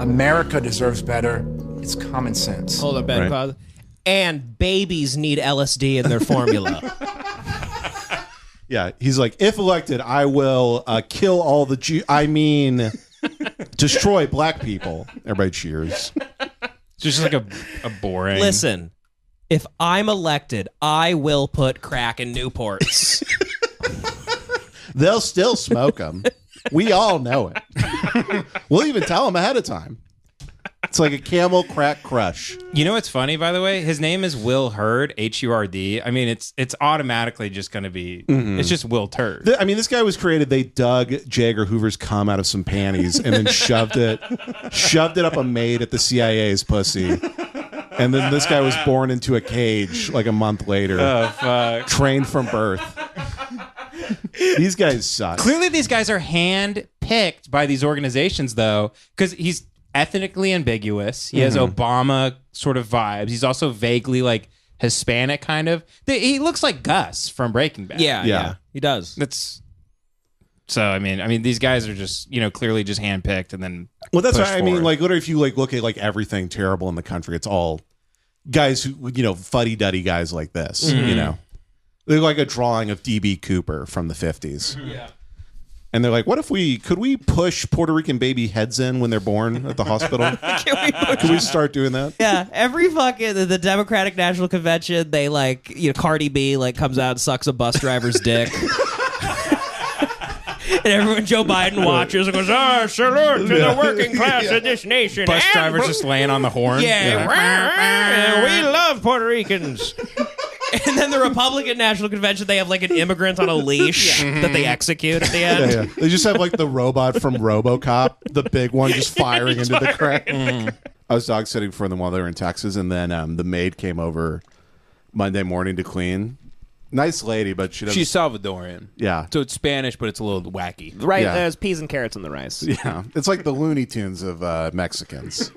Speaker 11: America deserves better. It's common sense.
Speaker 6: Hold up, Ben. Pause. [laughs] And babies need LSD in their formula.
Speaker 5: Yeah, he's like, if elected, I will uh, kill all the Jew. I mean, destroy black people. Everybody cheers.
Speaker 4: Just like a, a boring.
Speaker 1: Listen, if I'm elected, I will put crack in
Speaker 6: [laughs]
Speaker 1: Newports.
Speaker 5: They'll still smoke them. We all know it. [laughs] we'll even tell them ahead of time. It's like a camel crack crush.
Speaker 4: You know what's funny, by the way? His name is Will Hurd, H U R D. I mean, it's it's automatically just going to be. It's just Will Turd.
Speaker 5: Th- I mean, this guy was created. They dug Jagger Hoover's cum out of some panties and then shoved it, shoved it up a maid at the CIA's pussy. And then this guy was born into a cage like a month later, trained from birth. These guys suck.
Speaker 4: Clearly, these guys are hand picked by these organizations, though, because he's ethnically ambiguous. He has Obama sort of vibes. He's also vaguely like Hispanic, kind of. Th- He looks like Gus from Breaking Bad.
Speaker 1: yeah,
Speaker 5: Yeah.
Speaker 1: yeah, he does.
Speaker 4: that's. So I mean, I mean, these guys are just you know clearly just handpicked, and then
Speaker 5: Well, that's
Speaker 4: push
Speaker 5: right. I mean,
Speaker 4: forward.
Speaker 5: like, literally, if you like look at like everything terrible in the country, it's all guys who you know fuddy duddy guys like this.
Speaker 4: Mm-hmm.
Speaker 5: You know, they're like a drawing of DB Cooper from the fifties. Mm-hmm. Yeah. And they're like, what if we could we push Puerto Rican baby heads in when they're born at the hospital? [laughs] Can we start doing that?
Speaker 6: Yeah, every fucking the Democratic National Convention, they like you know Cardi B like comes out and sucks a bus driver's dick.
Speaker 1: And everyone Joe Biden watches and goes, "Ah, salute to the working class of this nation."
Speaker 4: bus
Speaker 1: and
Speaker 4: drivers just laying on the horn.
Speaker 1: Yeah. rah, rah, We love Puerto Ricans. [laughs] and then the Republican National Convention, they have like an
Speaker 6: [laughs]
Speaker 1: immigrant on a leash
Speaker 6: Mm-hmm.
Speaker 1: that they execute at the end.
Speaker 5: Yeah, yeah. They just have like the robot from RoboCop, the big one, just firing into the crack. Mm-hmm. I was dog sitting for them while they were in Texas, and then um, the maid came over Monday morning to clean. Nice lady, but she doesn't.
Speaker 4: She's Salvadorian.
Speaker 5: [laughs] yeah,
Speaker 4: So it's Spanish, but it's a little wacky.
Speaker 6: Right,
Speaker 5: Yeah.
Speaker 6: there's peas and carrots [laughs] in the rice.
Speaker 5: yeah. It's like the Looney Tunes of uh, [laughs] Mexicans.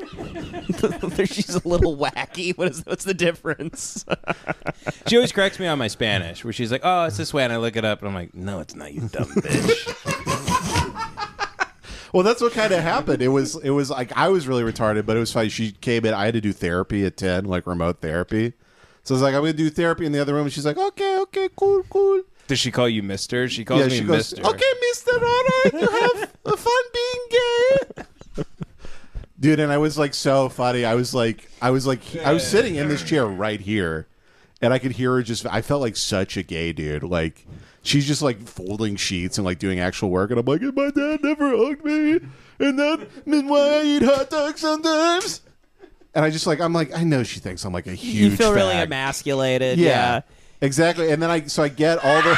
Speaker 6: She's a little wacky. What is what's the difference? [laughs]
Speaker 4: She always corrects me on my Spanish, where she's like, "Oh, it's this way," and I look it up, and I'm like, "No, it's not, you
Speaker 6: [laughs]
Speaker 4: dumb bitch."
Speaker 5: Well, that's what kind of happened. It was it was like I was really retarded, but it was funny. She came in. I had to do therapy at ten, like remote therapy. So I was like, I'm gonna do therapy in the other room. And she's like, okay, okay, cool, cool.
Speaker 4: Does she call you Mister? She calls me Mister.
Speaker 5: Okay, Mister, all right, you
Speaker 4: [laughs]
Speaker 5: have fun being gay. Dude, and I was like so funny. I was like, I was like, I was sitting in this chair right here, and I could hear her just. I felt like such a gay dude. Like she's just like folding sheets and like doing actual work, and I'm like, and my dad never hugged me, and that means why I eat hot dogs sometimes. And I just like, I'm like, I know she thinks I'm like a huge.
Speaker 6: you feel really
Speaker 5: fag.
Speaker 6: emasculated.
Speaker 5: Yeah,
Speaker 6: Yeah.
Speaker 5: exactly. And then I so I get all the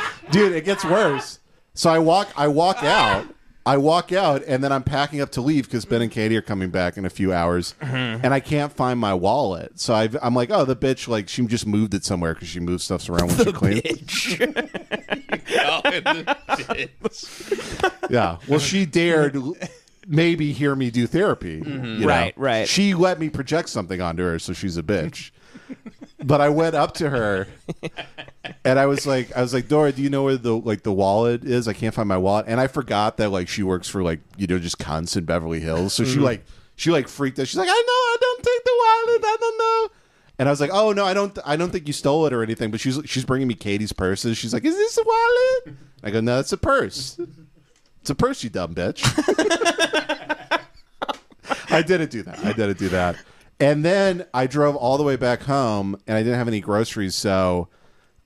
Speaker 5: [laughs] dude. It gets worse. So I walk. I walk out. I walk out, and then I'm packing up to leave because Ben and Katie are coming back in a few hours, and I can't find my wallet. So I've, I'm like, oh, the bitch, like she just moved it somewhere because she moves stuff around when she cleans.
Speaker 6: [laughs]
Speaker 5: yeah. Well, she dared l- maybe hear me do therapy. you know?
Speaker 6: Right, right.
Speaker 5: She let me project something onto her, so she's a bitch. but I went up to her and I was like I was like, Dora, do you know where the like the wallet is? I can't find my wallet. And I forgot that like she works for like, you know, just cunts in Beverly Hills. So she like she like freaked out. She's like, I know, I don't take the wallet, I don't know. And I was like, "Oh no, I don't, I don't think you stole it or anything." But she's she's bringing me Katie's purses. She's like, "Is this a wallet?" I go, "No, it's a purse." It's a purse, you dumb bitch. I didn't do that. I didn't do that. And then I drove all the way back home, and I didn't have any groceries, so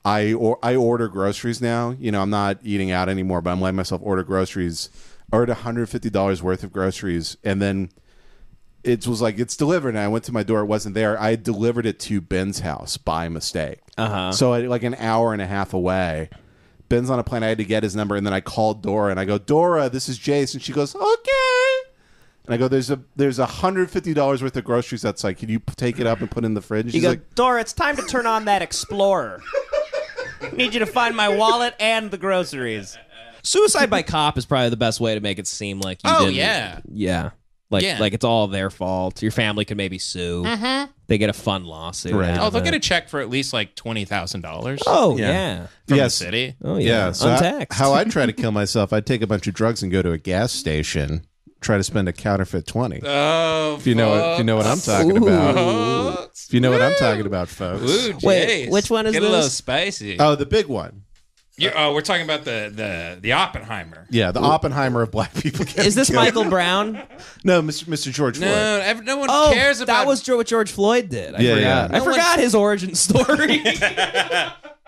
Speaker 5: I or I order groceries now. You know, I'm not eating out anymore, but I'm letting myself order groceries. I ordered 150 dollars worth of groceries, and then it was like it's delivered. And I went to my door; it wasn't there. I delivered it to Ben's house by mistake. Uh-huh. So I, like an hour and a half away. Ben's on a plane. I had to get his number, and then I called Dora and I go, Dora, this is Jace, and she goes, okay. And I go, there's a there's a hundred fifty dollars worth of groceries outside. Can you p- take it up and put it in the fridge? She's
Speaker 6: You go,
Speaker 5: like,
Speaker 6: Dora, it's time to turn on that explorer. Need you to find my wallet and the groceries.
Speaker 1: Suicide by cop is probably the best way to make it seem like you
Speaker 4: Oh
Speaker 1: didn't-
Speaker 4: yeah.
Speaker 1: yeah, like
Speaker 4: Yeah.
Speaker 1: like it's all their fault. Your family can maybe sue. They get a fun lawsuit.
Speaker 5: Right.
Speaker 1: out
Speaker 4: Oh,
Speaker 1: of
Speaker 4: they'll
Speaker 1: it.
Speaker 4: get a check for at least like twenty thousand dollars from
Speaker 1: Oh
Speaker 5: Yeah.
Speaker 1: yeah.
Speaker 4: the
Speaker 5: Yes.
Speaker 4: city.
Speaker 1: Oh yeah.
Speaker 5: yeah. So I-
Speaker 1: Untaxed.
Speaker 5: how I try to kill myself, I take a bunch of drugs and go to a gas station, try to spend a counterfeit twenty.
Speaker 4: Oh,
Speaker 5: if you know what, if you know what I'm talking about, if you know what I'm talking about, folks.
Speaker 4: Ooh,
Speaker 6: Wait, Jace. which one is
Speaker 4: Get a little
Speaker 12: Uh,
Speaker 6: this?
Speaker 4: spicy.
Speaker 5: Oh, the big one.
Speaker 12: Yeah, uh, we're talking about the the the Oppenheimer.
Speaker 5: Yeah, the Oppenheimer of black people. getting [laughs]
Speaker 6: Is this
Speaker 5: killed.
Speaker 6: Michael Brown?
Speaker 5: No, Mr. Mr. George
Speaker 12: No,
Speaker 5: Floyd.
Speaker 12: ev- no one
Speaker 6: Oh,
Speaker 12: cares about.
Speaker 6: that was Dro- what George Floyd did. I
Speaker 5: Yeah,
Speaker 6: forgot.
Speaker 5: yeah.
Speaker 6: I forgot his origin
Speaker 1: [laughs]
Speaker 6: story.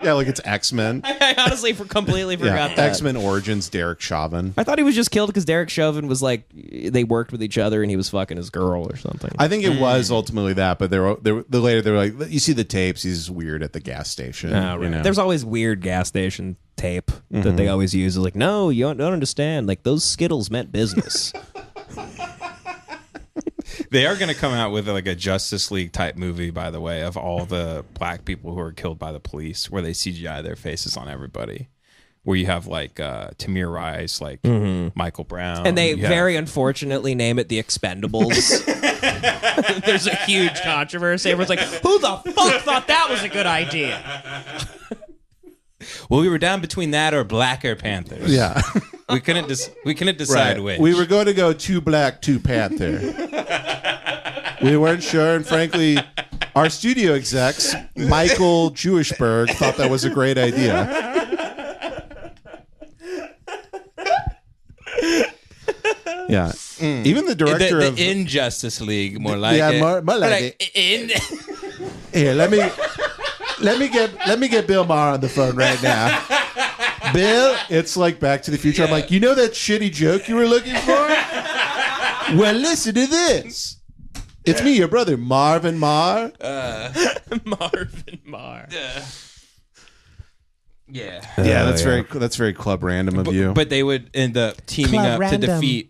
Speaker 5: Yeah, like it's X Men.
Speaker 6: I honestly for, completely
Speaker 5: Yeah,
Speaker 6: forgot that.
Speaker 5: X Men Origins. Derek Chauvin.
Speaker 6: I thought he was just killed because Derek Chauvin was like they worked with each other and he was fucking his girl or something.
Speaker 5: I think it was ultimately that, but they were, they were the later they were like, you see the tapes. He's weird at the gas station.
Speaker 6: Oh, right.
Speaker 5: you know? Mm-hmm.
Speaker 6: There's always weird gas station tape that they always use. It's like, no, you don't, don't understand. Like those Skittles
Speaker 5: [laughs]
Speaker 6: meant business.
Speaker 5: Oh,
Speaker 12: they are going to come out with like a Justice League type movie, by the way, of all the black people who are killed by the police, where they CGI their faces on everybody. Where you have like uh, Tamir Rice, like Michael Brown,
Speaker 6: Mm-hmm. and they
Speaker 12: you have-
Speaker 6: very unfortunately name it the
Speaker 5: [laughs]
Speaker 6: Expendables. [laughs] There's a huge controversy. Everyone's like, who the fuck thought that was a good [laughs] idea?
Speaker 12: well, we were down between that or Blacker Panthers.
Speaker 5: yeah,
Speaker 12: we couldn't dis- we couldn't decide which.
Speaker 5: We were going to go two black, two panther. we weren't sure, and frankly, our studio execs, Michael Jewishberg, thought that was a great idea. Yeah, even the
Speaker 12: the,
Speaker 5: director
Speaker 12: the
Speaker 5: of
Speaker 12: Injustice League, more like
Speaker 5: yeah,
Speaker 4: eh,
Speaker 12: it.
Speaker 5: more- more like
Speaker 12: in.
Speaker 5: [laughs] Here, let me let me get let me get Bill Maher on the phone right now. Bill, it's like Back to the Future. I'm like, you know that shitty joke you were looking for? well, listen to this. It's me, your brother, Marvin Marr.
Speaker 6: Marvin Marr.
Speaker 12: yeah,
Speaker 5: yeah, that's very that's very club random of you.
Speaker 12: but they would end up teaming
Speaker 6: Club
Speaker 12: up to
Speaker 6: Random.
Speaker 12: defeat.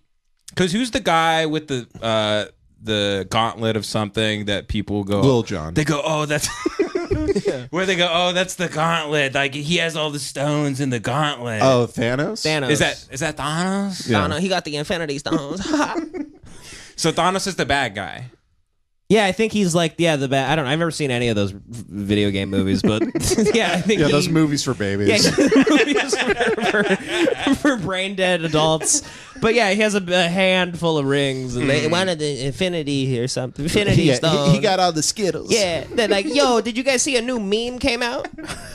Speaker 12: Because who's the guy with the uh, the gauntlet of something that people go
Speaker 5: Lil Jon.
Speaker 12: They go, oh,
Speaker 6: [laughs]
Speaker 12: that's [laughs] where they go. Oh, that's the gauntlet. Like he has all the stones in the gauntlet.
Speaker 5: oh, Thanos.
Speaker 6: Thanos.
Speaker 12: is that is that Thanos?
Speaker 5: Yeah.
Speaker 6: Thanos, he got the Infinity Stones. [laughs]
Speaker 12: So Thanos is the bad guy.
Speaker 6: yeah, I think he's like yeah the bad. I don't. know. I've never seen any of those v- video game movies, [laughs] but yeah, I think
Speaker 5: Yeah,
Speaker 6: he-
Speaker 5: those movies for
Speaker 6: Yeah,
Speaker 5: babies.
Speaker 6: [laughs] movies for, for, for brain dead adults. But yeah, he has a, a handful of rings, and Mm. they wanted the Infinity or something. Infinity
Speaker 5: Yeah,
Speaker 6: Stone.
Speaker 5: he, he got all the Skittles.
Speaker 6: Yeah, they're like, yo, did you guys see a new meme came out?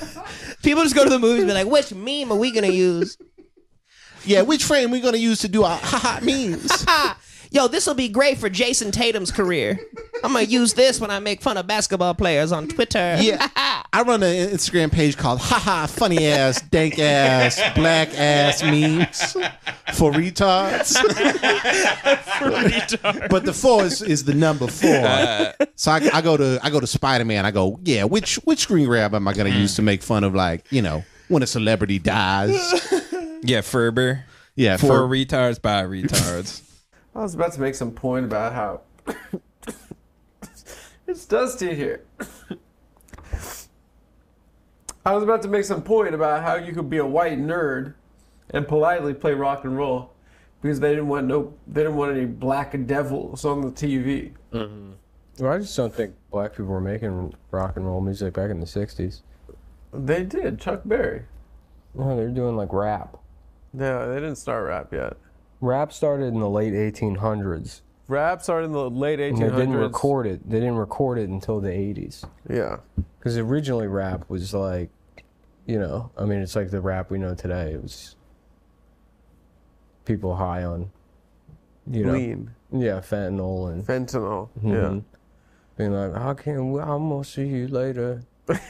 Speaker 6: [laughs] People just go to the movies and be like, which meme are we gonna use?
Speaker 5: Yeah, which frame we gonna use to do our ha ha memes?
Speaker 6: Ah, yo, this will be great for Jason Tatum's career. I'm gonna use this when I make fun of basketball players on Twitter.
Speaker 5: Yeah, I run an Instagram page called "Haha Funny Ass Dank Ass Black Ass Memes for Retards." but the four is, is the number four. so I, I go to I go to Spider Man. I go, yeah. Which which screen grab am I gonna use to make fun of like you know when a celebrity dies?
Speaker 12: Yeah, Ferber.
Speaker 5: Yeah,
Speaker 12: for,
Speaker 5: Fer-
Speaker 12: retards by [laughs] retards.
Speaker 7: I was about to make some point about how [coughs] it's dusty here. [coughs] I was about to make some point about how you could be a white nerd and politely play rock and roll because they didn't want no they didn't want any black devils on the TV.
Speaker 3: Well, I just don't think black people were making rock and roll music back in the '60s.
Speaker 7: They did, Chuck Berry.
Speaker 3: No, they're doing like rap.
Speaker 7: No, they didn't start rap yet.
Speaker 3: Rap started in the late 1800s.
Speaker 7: Rap started in the late 1800s.
Speaker 3: And they didn't record it. They didn't record it until the 80s.
Speaker 7: Yeah.
Speaker 3: Because originally rap was like, you know, I mean, it's like the rap we know today. It was people high on, you know,
Speaker 7: Lean.
Speaker 3: yeah, fentanyl and
Speaker 7: Fentanyl. Yeah.
Speaker 3: Mhm. being like, I can't. w- I'm gonna see you later. [laughs]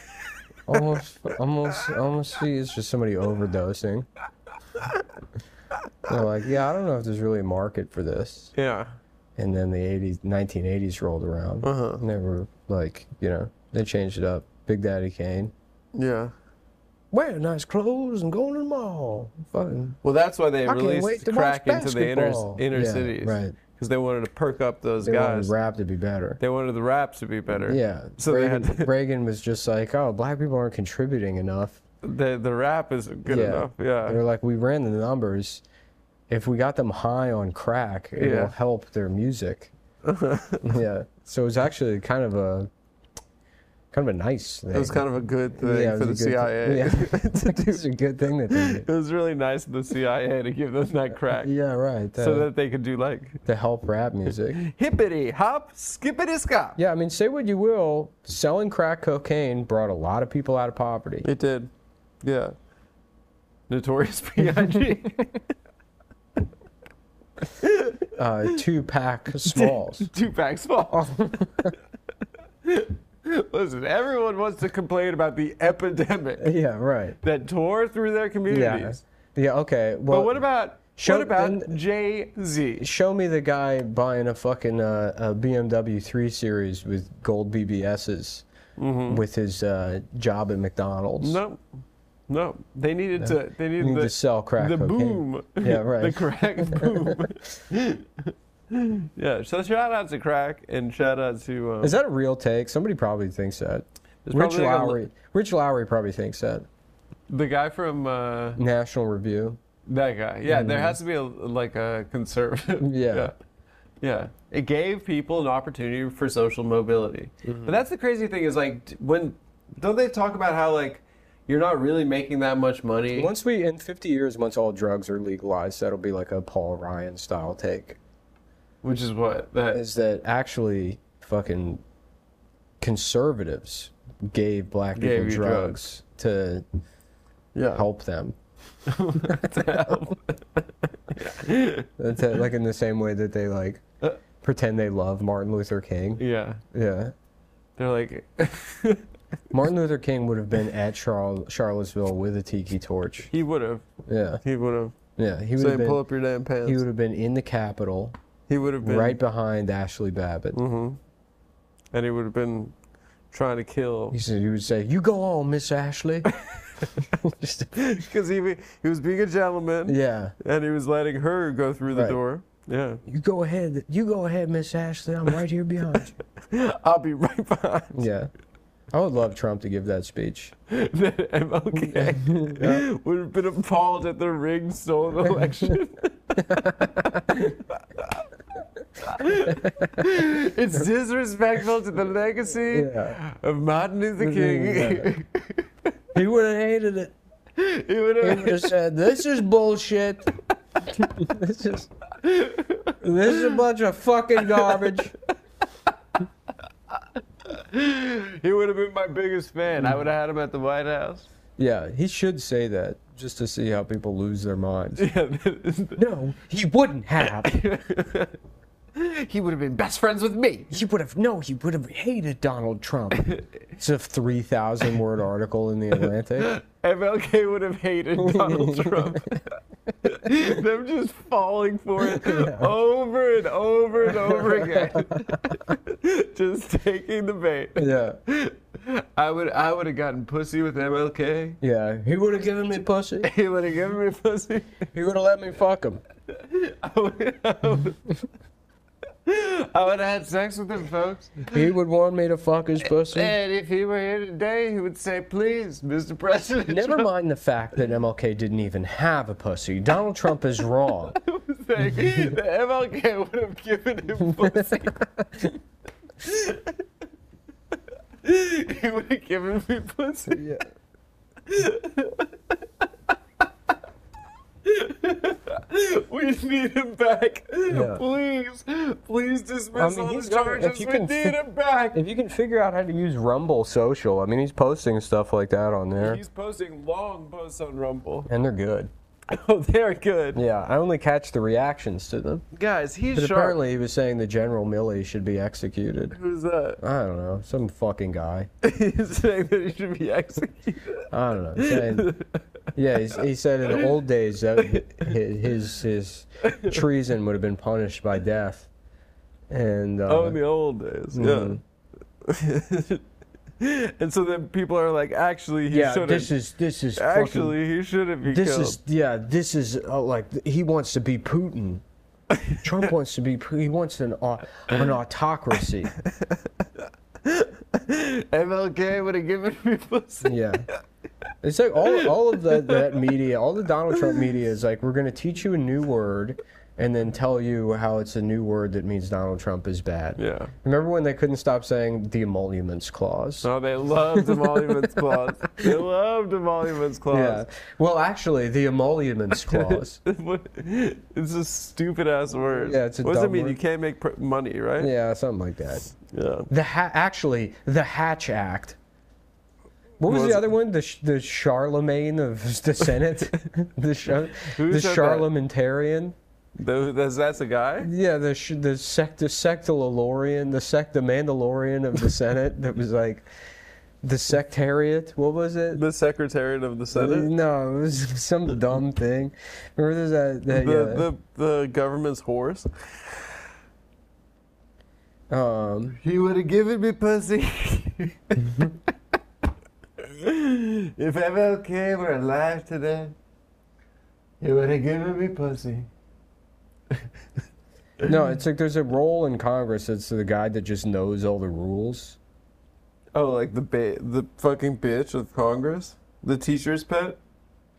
Speaker 3: almost, almost, almost see. It's just somebody overdosing. They're like, yeah, I don't know if there's really a market for this.
Speaker 7: Yeah.
Speaker 3: And then the 80s, 1980s rolled around,
Speaker 7: Uh-huh.
Speaker 3: and they were like, you know, they changed it up. Big Daddy Kane
Speaker 7: Yeah.
Speaker 3: wearing nice clothes and going to the mall. Fucking
Speaker 7: Well, that's why they
Speaker 3: I can't wait
Speaker 7: released
Speaker 3: to
Speaker 7: crack
Speaker 3: watch
Speaker 7: into the inner,
Speaker 3: basketball.
Speaker 7: inner
Speaker 3: Yeah,
Speaker 7: cities.
Speaker 3: right.
Speaker 7: Because they wanted to perk up those
Speaker 3: they
Speaker 7: guys.
Speaker 3: wanted rap to be better.
Speaker 7: They wanted the raps to be better.
Speaker 3: Yeah.
Speaker 7: So they
Speaker 3: Reagan,
Speaker 7: [laughs] had
Speaker 3: Reagan was just like, oh, black people aren't contributing enough.
Speaker 7: the the rap is good enough. Yeah.
Speaker 3: They're like, we ran the numbers. If we got them high on crack, it
Speaker 7: Yeah.
Speaker 3: will help their
Speaker 7: [laughs]
Speaker 3: music. yeah. So it was actually kind of a kind of a nice thing.
Speaker 7: It was kind of a good thing
Speaker 3: Yeah, it
Speaker 7: for the
Speaker 3: was a good
Speaker 7: CIA. [laughs]
Speaker 3: thi- [laughs] yeah. it was a good thing that they
Speaker 7: it
Speaker 3: did.
Speaker 7: was really nice of the CIA to give them
Speaker 3: [laughs]
Speaker 7: that crack.
Speaker 3: Yeah, right. To,
Speaker 7: So that they could do like
Speaker 3: to help rap music.
Speaker 7: hippity hop, skippity scop.
Speaker 3: Yeah, I mean, say what you will, selling crack cocaine brought a lot of people out of poverty.
Speaker 7: It did. Yeah. [laughs] Notorious [laughs] B.I.G.
Speaker 3: Uh, two
Speaker 7: [laughs]
Speaker 3: pack smalls.
Speaker 7: Two packs fall. [laughs] Listen, everyone wants to complain about the epidemic
Speaker 3: yeah, right.
Speaker 7: that tore through their
Speaker 3: Yeah.
Speaker 7: communities.
Speaker 3: Yeah, okay. Well,
Speaker 7: But what about
Speaker 3: show-
Speaker 7: what about
Speaker 3: then-
Speaker 7: Jay Z?
Speaker 3: show me the guy buying a fucking uh, a BMW 3 Series with gold BBSs with his uh, job at McDonald's.
Speaker 7: Mm-hmm. No, no. They needed to. They needed
Speaker 3: You need
Speaker 7: the,
Speaker 3: to sell crack
Speaker 7: The
Speaker 3: cocaine.
Speaker 7: boom. [laughs]
Speaker 3: Yeah, right.
Speaker 7: the crack boom.
Speaker 3: [laughs]
Speaker 7: yeah. So shout out to crack and shout out to. Um,
Speaker 3: Is that a real take? Somebody probably thinks that. Rich
Speaker 7: probably like a li-
Speaker 3: Lowry. Rich Lowry probably thinks that.
Speaker 7: the guy from uh,
Speaker 3: National Review.
Speaker 7: that guy? Yeah. There has to be a like a conservative.
Speaker 3: Mm-hmm. [laughs] Yeah.
Speaker 7: yeah. Yeah. It gave people an opportunity for social mobility.
Speaker 3: Mm-hmm.
Speaker 7: But that's the crazy thing is like d- when don't they talk about how like you're not really making that much money?
Speaker 3: Once we in 50 years, once all drugs are legalized, that'll be like a Paul Ryan style take.
Speaker 7: Which is what? That
Speaker 3: Is that actually fucking conservatives gave black
Speaker 7: Gave
Speaker 3: people
Speaker 7: you
Speaker 3: drugs, to
Speaker 7: yeah.
Speaker 3: help
Speaker 7: [laughs]
Speaker 3: them?
Speaker 7: help.
Speaker 3: That's it, like in the same way that they like pretend they love Martin Luther King.
Speaker 7: yeah.
Speaker 3: Yeah.
Speaker 7: They're like
Speaker 3: Martin Luther King would have been at Charl- Charlottesville with a tiki torch.
Speaker 7: he would have.
Speaker 3: Yeah.
Speaker 7: He would have.
Speaker 3: Yeah. He would have
Speaker 7: Saying
Speaker 3: been,
Speaker 7: pull up your damn pants.
Speaker 3: he would have been in the Capitol
Speaker 7: He would have been Mm-hmm.
Speaker 3: right behind Ashley Babbitt.
Speaker 7: and he would have been trying to kill
Speaker 3: He said he would say, "You go on, Miss Ashley." [laughs] Just-
Speaker 7: [laughs] because he wa- he was being a gentleman
Speaker 3: yeah,
Speaker 7: and he was letting her go through the
Speaker 3: Right.
Speaker 7: door. Yeah.
Speaker 3: you go ahead. You go ahead, Miss Ashley. I'm right here behind
Speaker 7: I'll be right [laughs] behind.
Speaker 3: you. [laughs] Yeah, I would love Trump to give that speech.
Speaker 7: that
Speaker 3: [laughs]
Speaker 7: MLK would have been appalled at the rigged, stolen election.
Speaker 3: [laughs]
Speaker 7: it's disrespectful to the legacy
Speaker 3: Yeah,
Speaker 7: of Martin Luther King. [laughs]
Speaker 3: he would have hated it.
Speaker 7: He would
Speaker 3: He
Speaker 7: have-
Speaker 3: would have said, "This is bullshit. this is this is a bunch of fucking garbage."
Speaker 7: he would have been my biggest fan. I would have had him at the White House.
Speaker 3: Yeah, he should say that just to see how people lose their minds.
Speaker 7: he
Speaker 3: [laughs]
Speaker 7: [laughs]
Speaker 3: No, he wouldn't have.
Speaker 7: would have been best friends with me.
Speaker 3: He would have no. He would have hated Donald Trump. It's a three thousand word article in the Atlantic.
Speaker 7: MLK would have
Speaker 3: [laughs]
Speaker 7: hated Donald Trump. [laughs] Them just falling for it over and over
Speaker 3: [laughs]
Speaker 7: and over again. [laughs] just taking the bait.
Speaker 3: Yeah,
Speaker 7: I would I would have gotten pussy with MLK.
Speaker 3: yeah. He would have given me pussy.
Speaker 7: He would have given me pussy.
Speaker 3: He would have let me fuck him.
Speaker 7: I would I would- I would have had sex with him, folks.
Speaker 3: He would want me to fuck his pussy.
Speaker 7: And if he were here today, he would say, please, Mr. President.
Speaker 3: Never mind the fact that MLK didn't even have a pussy. Donald Trump is wrong.
Speaker 7: Like, the MLK would have
Speaker 3: [laughs]
Speaker 7: given him pussy. he would have given me pussy. we need him back. Please, please dismiss
Speaker 3: I mean,
Speaker 7: all
Speaker 3: he's
Speaker 7: the
Speaker 3: gotta- if
Speaker 7: charges.
Speaker 3: you
Speaker 7: We
Speaker 3: can
Speaker 7: need
Speaker 3: fi-
Speaker 7: him back.
Speaker 3: If you can figure out how to use Rumble Social, I mean, he's posting stuff like that on there,
Speaker 7: He's posting long posts on Rumble. [laughs]
Speaker 3: and they're good.
Speaker 7: Oh, they're good.
Speaker 3: Yeah, I only catch the reactions to them.
Speaker 7: Guys, he's
Speaker 3: But
Speaker 7: sharp.
Speaker 3: apparently, he was saying the General Milley should be executed.
Speaker 7: Who's that?
Speaker 3: I don't know, some fucking guy.
Speaker 2: [laughs]
Speaker 7: he's saying that he should be executed.
Speaker 3: I don't know. he's Saying, yeah, he's, he said in the old days that his his, his treason would have been punished by death, and uh,
Speaker 7: Oh, in the old days, yeah. [laughs] and so then people are like, actually,
Speaker 3: Mm-hmm.
Speaker 7: he
Speaker 3: yeah,
Speaker 7: shouldn't.
Speaker 3: this is this is fucking-
Speaker 7: actually, he shouldn't be
Speaker 3: this
Speaker 7: killed.
Speaker 3: is yeah, this is uh, like th- he wants to be Putin. Trump wants to be Pu- he wants an au- an autocracy.
Speaker 7: MLK would have given me pussy.
Speaker 3: Yeah. It's like all, all of the, that media, all the Donald Trump media is like, we're going to teach you a new word and then tell you how it's a new word that means Donald Trump is bad.
Speaker 7: Yeah.
Speaker 3: Remember when they couldn't stop saying the emoluments clause?
Speaker 2: Oh.
Speaker 7: No, they loved emoluments clause. They loved emoluments
Speaker 3: yeah.
Speaker 7: clause.
Speaker 3: Well, actually,
Speaker 2: [laughs]
Speaker 3: the emoluments clause.
Speaker 7: What- it's a stupid ass word.
Speaker 3: Yeah, it's a
Speaker 7: What does it
Speaker 3: dumb
Speaker 7: mean?
Speaker 3: word.
Speaker 7: You can't make pr- money, right?
Speaker 3: yeah, something like that.
Speaker 7: Yeah.
Speaker 3: The ha- actually the Hatch Act. What was the other one? The sh- the Charlemagne of [laughs]
Speaker 2: [laughs]
Speaker 3: the Senate, the Char-
Speaker 2: Who
Speaker 3: the
Speaker 2: said that?
Speaker 3: Charlamentarian.
Speaker 2: Tho- that's, that's a guy.
Speaker 3: Yeah, the sh- the sect the sectalorian, the sect the Mandalorian of the Senate. that was like the sectariat. What was it?
Speaker 2: The Secretariat of the Senate.
Speaker 3: Uh, no, it was [laughs] some dumb thing. Remember there's that, that yeah,
Speaker 2: The, the the government's horse.
Speaker 3: um,
Speaker 7: He would have given me pussy. [laughs] if MLK were alive today, he would have given me pussy.
Speaker 3: no, it's like there's a role in Congress. It's the guy that just knows all the rules.
Speaker 2: Oh, like the ba- the fucking bitch of Congress, the teacher's pet.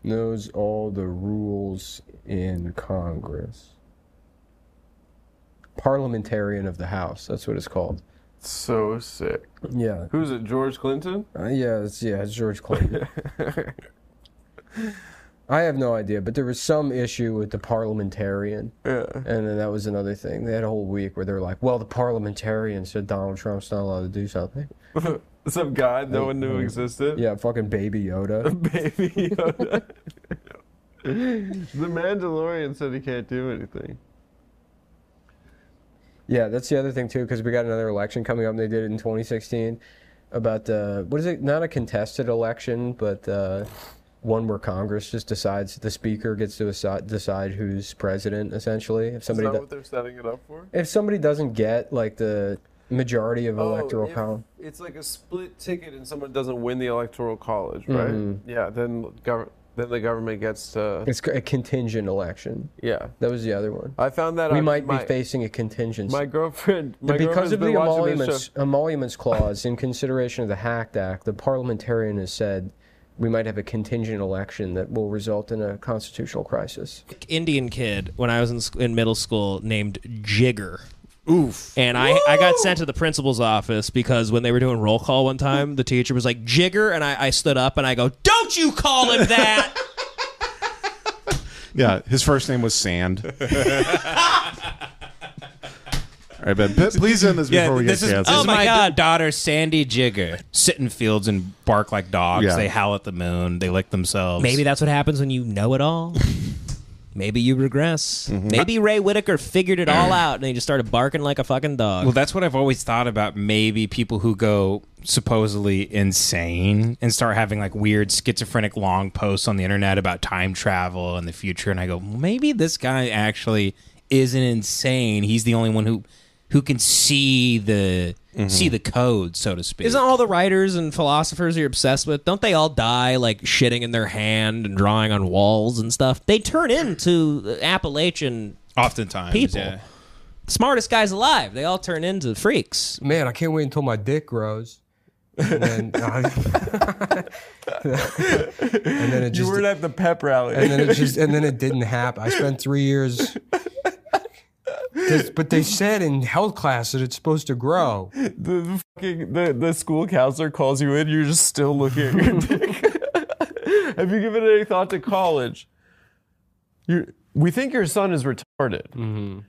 Speaker 3: knows all the rules in Congress. Parliamentarian of the House. That's what it's called.
Speaker 2: So sick.
Speaker 3: Yeah.
Speaker 2: Who's it? George Clinton.
Speaker 3: Uh, yeah, it's, yeah, it's George Clinton.
Speaker 2: [laughs]
Speaker 3: I have no idea, but there was some issue with the parliamentarian.
Speaker 2: Yeah.
Speaker 3: And then that was another thing. They had a whole week where they were like, well, the parliamentarian said Donald Trump's not allowed to do something.
Speaker 2: Some guy no one knew existed. [laughs]
Speaker 3: Yeah, fucking baby Yoda.
Speaker 2: Baby Yoda. the Mandalorian said he can't do anything.
Speaker 3: Yeah, that's the other thing too, because we got another election coming up. And they did it in 2016 about the what is it? Not a contested election, but uh, one where Congress just decides the speaker gets to assi- decide who's president. Essentially, if
Speaker 2: Is
Speaker 3: somebody
Speaker 2: that
Speaker 3: do-
Speaker 2: what they're setting it up for?
Speaker 3: if somebody doesn't get like the majority of electoral
Speaker 2: Oh, if
Speaker 3: count,
Speaker 2: It's like a split ticket, and someone doesn't win the electoral college, right?
Speaker 3: Mm-hmm.
Speaker 2: Yeah. Then gov- then the government gets to.
Speaker 3: it's a contingent election.
Speaker 2: Yeah.
Speaker 3: That was the other one.
Speaker 2: I found that
Speaker 3: we
Speaker 2: out-
Speaker 3: might
Speaker 2: my,
Speaker 3: be facing a contingency.
Speaker 2: My girlfriend. My
Speaker 3: because
Speaker 2: girlfriend's
Speaker 3: of the
Speaker 2: been watching this
Speaker 3: emoluments, emoluments clause in consideration of the Hacked Act, the parliamentarian has said we might have a contingent election that will result in a constitutional crisis.
Speaker 1: Indian kid when I was in, sc- in middle school named Jigger. Oof. And I, I got sent to the principal's office because when they were doing roll call one time, the teacher was like, Jigger. And I, I stood up and I go, Don't you call him
Speaker 4: [laughs]
Speaker 1: that.
Speaker 5: Yeah, his first name was Sand. All right, Ben, p- please end this before we get
Speaker 4: this is,
Speaker 5: canceled.
Speaker 4: this is
Speaker 1: Oh my
Speaker 4: my,
Speaker 1: God.
Speaker 4: daughter Sandy Jigger. Sit in fields and bark like dogs.
Speaker 5: Yeah.
Speaker 4: They howl at the moon. They lick themselves.
Speaker 1: Maybe that's what happens when you know
Speaker 4: [laughs]
Speaker 1: it all. Maybe you regress.
Speaker 4: Mm-hmm.
Speaker 1: Maybe Ray Whitaker figured it all out and he just started barking like a fucking dog.
Speaker 4: Well, that's what I've always thought about. Maybe people who go supposedly insane and start having like weird schizophrenic long posts on the internet about time travel and the future. And I go, well, maybe this guy actually isn't insane. He's the only one who who can see the see the code, so to speak.
Speaker 1: Isn't all the writers and philosophers you're obsessed with, don't they all die like shitting in their hand and drawing on walls and stuff? They turn into Appalachian
Speaker 4: Oftentimes,
Speaker 1: people.
Speaker 4: yeah.
Speaker 1: Smartest guys alive. They all turn into freaks.
Speaker 3: Man, I can't wait until my dick grows. And
Speaker 2: [laughs]
Speaker 3: then, [laughs] and then it
Speaker 2: show.
Speaker 3: just
Speaker 2: You weren't at the pep rally.
Speaker 3: and then it just and then it didn't happen. I spent three years. 'Cause- But they said in health class that it's supposed to grow.
Speaker 2: the, [laughs] the fucking the, the school counselor calls you in, you're just still looking at
Speaker 3: [laughs]
Speaker 2: your dick. [laughs] Have you given any thought to college? You we think your son is retarded.
Speaker 3: Mm.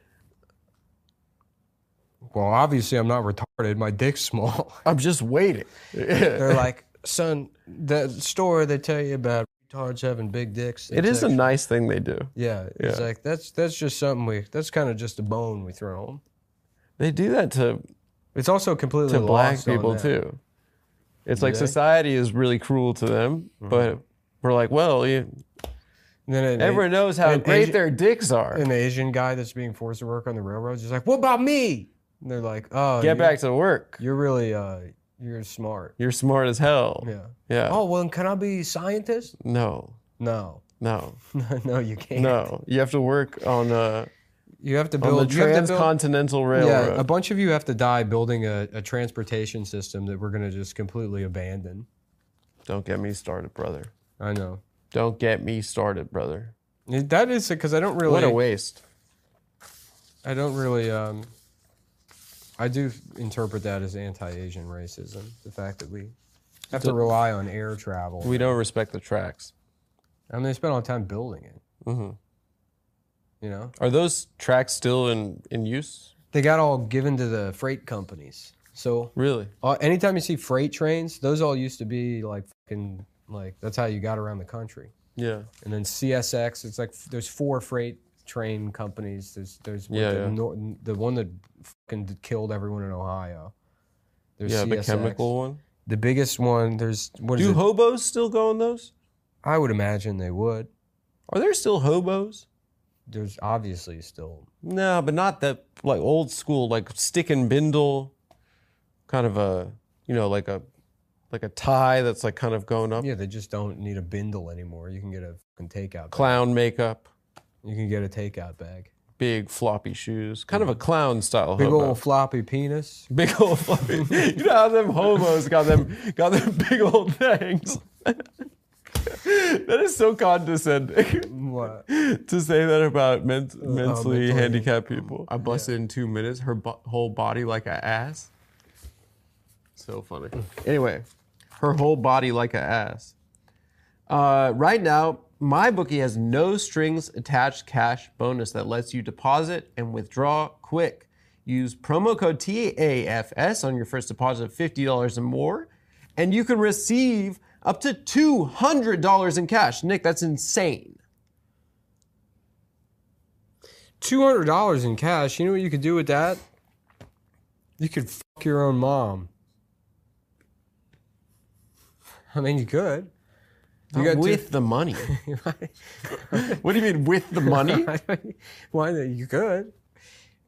Speaker 3: Well, obviously I'm not retarded. My dick's small. [laughs]
Speaker 7: I'm just waiting.
Speaker 3: They're like, son, that store they tell you about retards having big dicks.
Speaker 7: It is a
Speaker 3: nut.
Speaker 7: nice thing they do.
Speaker 3: Yeah, it's like that's that's just something we. That's kind of just a bone we throw 'em.
Speaker 7: They do that to
Speaker 3: It's also completely
Speaker 7: to black
Speaker 3: lost on
Speaker 7: people
Speaker 3: that.
Speaker 7: too. It's like
Speaker 3: they?
Speaker 7: society is really cruel to them,
Speaker 3: Mm-hmm.
Speaker 7: but we're like, well, you,
Speaker 3: And then an,
Speaker 7: everyone knows how
Speaker 3: an
Speaker 7: great
Speaker 3: Asian-
Speaker 7: their dicks are.
Speaker 3: An Asian guy that's being forced to work on the railroads is like, what about me? And they're like, oh,
Speaker 7: Get
Speaker 3: you're,
Speaker 7: back to work.
Speaker 3: You're really uh, you're smart.
Speaker 7: You're smart as hell.
Speaker 3: Yeah.
Speaker 7: Yeah.
Speaker 3: Oh well, can I be a scientist?
Speaker 7: No.
Speaker 3: No, [laughs]
Speaker 7: No.
Speaker 3: no, you can't.
Speaker 7: No. You have to work on uh,
Speaker 3: You have to
Speaker 7: on the
Speaker 3: build. you have to build
Speaker 7: transcontinental
Speaker 3: Yeah, a
Speaker 7: railroad.
Speaker 3: bunch of you have to die building a, a transportation system that we're going to just completely abandon.
Speaker 7: Don't get me started, brother.
Speaker 3: I know.
Speaker 7: Don't get me started, brother.
Speaker 3: That is because I don't
Speaker 7: What a
Speaker 3: really.
Speaker 7: waste.
Speaker 3: I don't really. Um, I do interpret that as anti-Asian racism. The fact that we have to rely on air travel.
Speaker 7: We don't respect the tracks.
Speaker 3: I mean, they spend all the time building it. Mm-hmm. You know,
Speaker 7: Are those tracks still in in use?
Speaker 3: they got all given to the freight companies. So
Speaker 7: Really?
Speaker 3: uh, anytime you see freight trains, those all used to be like fucking like that's how you got around the country.
Speaker 7: Yeah.
Speaker 3: And then CSX, it's like f- there's four freight train companies. There's there's one
Speaker 7: Yeah,
Speaker 3: the,
Speaker 7: yeah.
Speaker 3: nor- the one that fucking d- killed everyone in Ohio. There's
Speaker 7: Yeah, the
Speaker 3: CSX.
Speaker 7: chemical one.
Speaker 3: The biggest one. There's what is
Speaker 7: Do
Speaker 3: it?
Speaker 7: hobos still go on those?
Speaker 3: I would imagine they would.
Speaker 7: Are there still hobos?
Speaker 3: There's obviously still
Speaker 7: No, but not that like old school, like stick and bindle, kind of a you know like a like a tie that's like kind of going up.
Speaker 3: yeah. They just don't need a bindle anymore. You can get a fucking takeout. Bag.
Speaker 7: Clown makeup,
Speaker 3: You can get a takeout bag.
Speaker 7: big floppy shoes, kind of a clown style.
Speaker 3: Big
Speaker 7: hobo.
Speaker 3: old floppy penis.
Speaker 7: big old floppy. you know how them hobos got them got them big old things. [laughs] that is so condescending
Speaker 3: What?
Speaker 7: [laughs] to say that about men- mentally
Speaker 3: mentally-
Speaker 7: handicapped people. I busted in two minutes. Her bo- whole body like a ass. So funny. Anyway, her whole body like a ass. Uh, right now, my bookie has no strings attached cash bonus that lets you deposit and withdraw quick. Use promo code TAFS on your first deposit of $50 or more, and you can receive up to $200 in cash. Nick, that's insane.
Speaker 3: Two hundred dollars in cash. You know what you could do with that? You could fuck your own mom. I mean, you could. You got [laughs]
Speaker 7: with the money. [laughs] what do you mean with
Speaker 3: [laughs]
Speaker 7: the money?
Speaker 3: two, why not? You could.
Speaker 7: [laughs]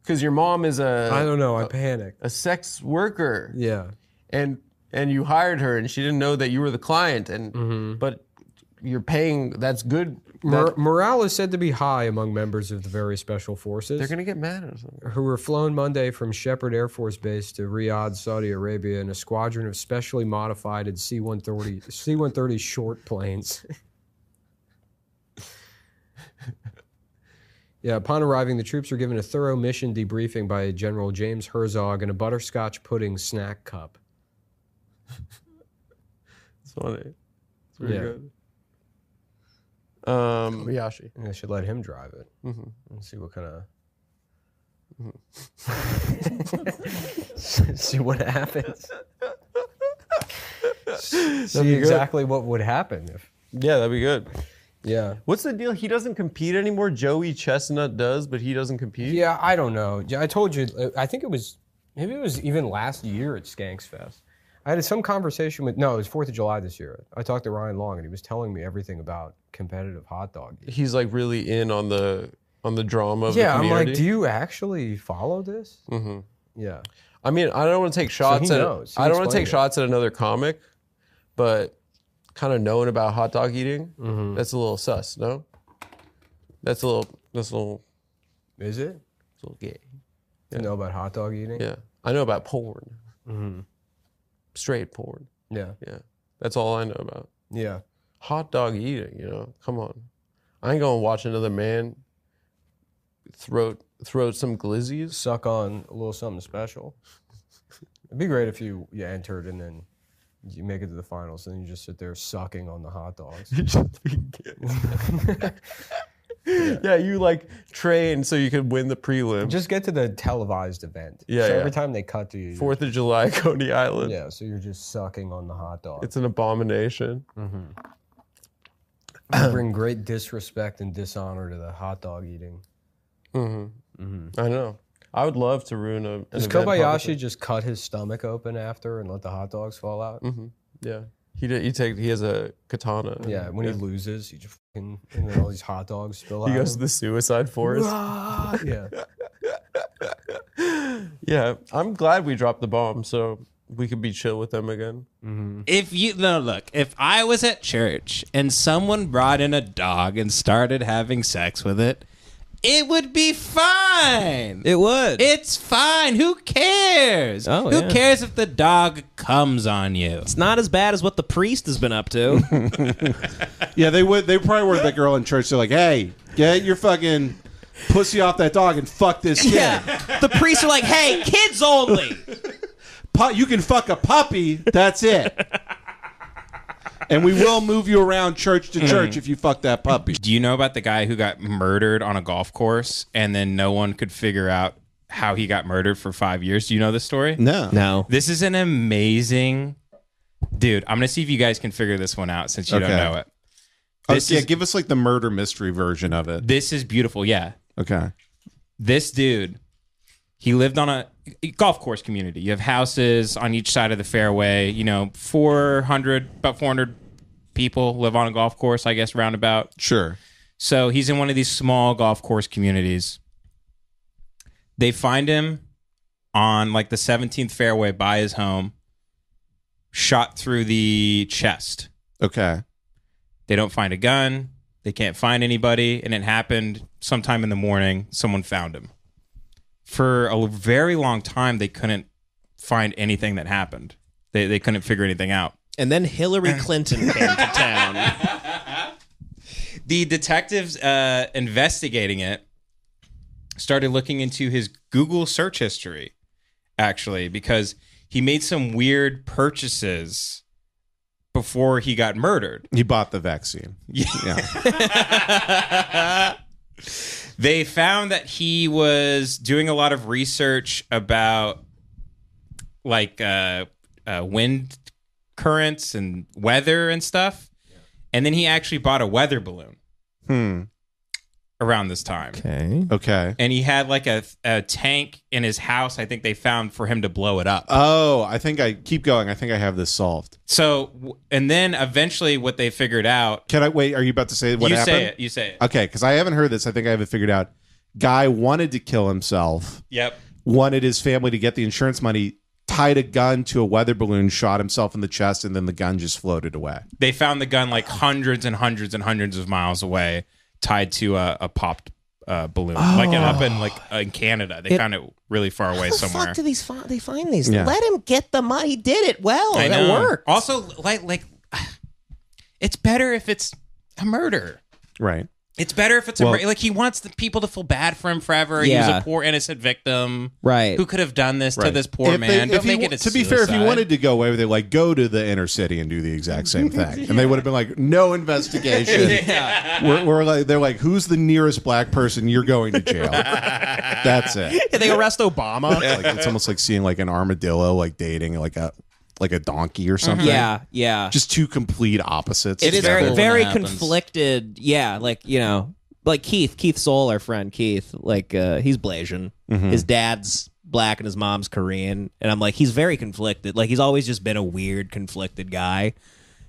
Speaker 7: Because your mom is
Speaker 3: I
Speaker 7: a,
Speaker 3: don't know. I panicked.
Speaker 7: a sex worker.
Speaker 3: Yeah.
Speaker 7: and and you hired her and she didn't know that you were the client and but you're paying that's good
Speaker 3: Mor-
Speaker 7: that-
Speaker 3: morale is said to be high among members of the various special
Speaker 7: they're
Speaker 3: forces
Speaker 7: gonna get mad or something
Speaker 3: who were flown Monday from Shepherd Air Force Base to Riyadh, Saudi Arabia, in a squadron of specially modified and C-130 C-130 short planes. [laughs] Yeah, upon arriving, the troops were given a thorough mission debriefing by General James Herzog and a butterscotch pudding snack cup.
Speaker 7: it's funny it's really
Speaker 3: Yeah.
Speaker 7: good um Kobayashi.
Speaker 3: I should let him drive it and see what kind of. [laughs] see what happens. see exactly what would happen if.
Speaker 7: yeah that'd be good
Speaker 3: Yeah.
Speaker 7: what's the deal he doesn't compete anymore joey chestnut does but he doesn't compete
Speaker 3: Yeah, I don't know. Yeah, I told you. uh, I think it was maybe it was even last year at Skanks Fest. I had some conversation with no, it was Fourth of July this year. I talked to Ryan Long and he was telling me everything about competitive hot dog. eating.
Speaker 7: he's like really in on the on the drama of
Speaker 3: Yeah,
Speaker 7: the
Speaker 3: I'm like,
Speaker 7: community.
Speaker 3: do you actually follow this? Mm-hmm. Yeah.
Speaker 7: I mean, I don't want to take shots
Speaker 3: he
Speaker 7: at
Speaker 3: knows. He
Speaker 7: I don't want to take
Speaker 3: explained it.
Speaker 7: shots at another comic, but kind of knowing about hot dog eating, that's a little sus, no? That's a little that's a little,
Speaker 3: Is it?
Speaker 7: that's a little gay.
Speaker 3: You know about hot dog eating?
Speaker 7: Yeah. I know about porn.
Speaker 3: Mm-hmm.
Speaker 7: Straight porn.
Speaker 3: Yeah.
Speaker 7: Yeah. That's all I know about.
Speaker 3: Yeah.
Speaker 7: Hot dog eating, you know. Come on. I ain't going to watch another man throat throat some glizzies.
Speaker 3: Suck on a little something special. It'd be great if you, you entered and then you make it to the finals and then you just sit there sucking on the hot dogs.
Speaker 7: [laughs]
Speaker 3: [laughs]
Speaker 7: yeah, you like train so you could win the prelim.
Speaker 3: just get to the televised event.
Speaker 7: Yeah,
Speaker 3: So
Speaker 7: yeah.
Speaker 3: every time they cut to you, you're-
Speaker 7: Fourth of July, [laughs] Coney Island.
Speaker 3: Yeah. So you're just sucking on the hot dog.
Speaker 7: It's an abomination. [clears throat]
Speaker 3: You bring great disrespect and dishonor to the hot dog eating.
Speaker 7: I know. I would love to ruin a. an
Speaker 3: Hmm. Does
Speaker 7: event
Speaker 3: Kobayashi
Speaker 7: publicly.
Speaker 3: just cut his stomach open after and let the hot dogs fall out?
Speaker 7: Yeah, he did, he take he has a katana.
Speaker 3: Yeah. When he loses, he just fucking, and then all these hot dogs spill
Speaker 7: he
Speaker 3: out.
Speaker 7: goes to the suicide forest.
Speaker 3: yeah.
Speaker 7: yeah, I'm glad we dropped the bomb so we could be chill with them again.
Speaker 4: If you no look, if I was at church and someone brought in a dog and started having sex with it, it would be fine.
Speaker 6: It would.
Speaker 4: it's fine. Who cares?
Speaker 6: Oh,
Speaker 4: Who
Speaker 6: yeah.
Speaker 4: cares if the dog comes on you?
Speaker 6: it's not as bad as what the priest has been up to.
Speaker 5: Yeah, they would. They probably were that girl in church. They're like, "Hey, get your fucking pussy off that dog and fuck this kid.
Speaker 6: yeah. The priests are like, hey, kids only.
Speaker 5: Pu- you can fuck a puppy. That's [laughs] it. and we will move you around church to church if you fuck that puppy."
Speaker 12: Do you know about the guy who got murdered on a golf course and then no one could figure out
Speaker 4: how he got murdered for five years. Do you know this story?
Speaker 5: No.
Speaker 12: No.
Speaker 4: This is an amazing dude. I'm gonna see if you guys can figure this one out since you
Speaker 5: Okay.
Speaker 4: don't know it.
Speaker 5: Oh,
Speaker 4: This
Speaker 5: yeah,
Speaker 4: is-
Speaker 5: give us like the murder mystery version of it.
Speaker 4: This is beautiful. Yeah.
Speaker 5: Okay.
Speaker 4: This dude, he lived on a golf course community. You have houses on each side of the fairway. You know, 400, about 400 people live on a golf course, I guess, roundabout.
Speaker 5: Sure.
Speaker 4: So he's in one of these small golf course communities. They find him on like the 17th fairway by his home, shot through the chest.
Speaker 5: Okay.
Speaker 4: They don't find a gun. They can't find anybody. And it happened sometime in the morning. Someone found him. For a very long time, they couldn't find anything that happened. They, they couldn't figure anything out.
Speaker 12: And then Hillary Clinton came
Speaker 4: [laughs]
Speaker 12: to town.
Speaker 4: the detectives uh, investigating it started looking into his Google search history, actually, because he made some weird purchases before he got murdered.
Speaker 5: He bought the
Speaker 4: [laughs]
Speaker 5: vaccine.
Speaker 4: They found that he was doing a lot of research about like uh, uh, wind currents and weather and stuff. And then he actually bought a weather balloon
Speaker 5: Hmm.
Speaker 4: around this time.
Speaker 12: Okay.
Speaker 5: Okay.
Speaker 4: and he had like a, a tank in his house. I think they found for him to blow it up.
Speaker 5: Oh, I think I keep going. I think I have this solved.
Speaker 4: So w- and then eventually, what they figured out.
Speaker 5: Can I wait? Are you about to say what
Speaker 4: you
Speaker 5: happened? Uh,
Speaker 4: say it. You say it.
Speaker 5: Okay, because I haven't heard this. I think I have it figured out. Guy wanted to kill himself,
Speaker 4: Yep.
Speaker 5: wanted his family to get the insurance money, tied a gun to a weather balloon, shot himself in the chest, and then the gun just floated away.
Speaker 4: They found the gun like hundreds and hundreds and hundreds of miles away, tied to a, a popped uh, balloon, like it up in like in Canada. They found it really far away somewhere.
Speaker 6: Fuck, do these fi- they find these?
Speaker 5: Yeah.
Speaker 6: Let him get the money. He did it well.
Speaker 4: I
Speaker 6: It
Speaker 4: know.
Speaker 6: worked.
Speaker 4: Also, like like, it's better if it's a murder.
Speaker 5: Right.
Speaker 4: It's better if it's a
Speaker 5: Well-
Speaker 4: murder. Like he wants the people to feel bad for him forever. He
Speaker 6: Yeah.
Speaker 4: was a poor innocent victim.
Speaker 6: Right.
Speaker 4: who could have done this to
Speaker 5: Right.
Speaker 4: this poor
Speaker 5: If they-
Speaker 4: man?
Speaker 5: if
Speaker 4: Don't
Speaker 5: he
Speaker 4: make
Speaker 5: wa-
Speaker 4: it a
Speaker 5: to be fair, if
Speaker 4: suicide.
Speaker 5: you wanted to go away with it, like go to the inner city and do the exact same thing, and they would have been like, no investigation. we're, we're like, they're like, who's the nearest black person? You're going to jail. That's it.
Speaker 12: Can they arrest Obama?
Speaker 5: [laughs] Like, it's almost like seeing like an armadillo like dating like a like a donkey or something.
Speaker 6: Yeah, yeah.
Speaker 5: just two complete opposites.
Speaker 6: Mm-hmm. it is
Speaker 5: together.
Speaker 6: very,
Speaker 13: cool when
Speaker 6: very
Speaker 13: that happens.
Speaker 6: conflicted. Yeah, like you know, like Keith, Keith Soul, our friend Keith. Like uh, he's Blasian.
Speaker 4: Mm-hmm.
Speaker 6: His dad's black and his mom's Korean, and I'm like, he's very conflicted. Like he's always just been a weird, conflicted guy.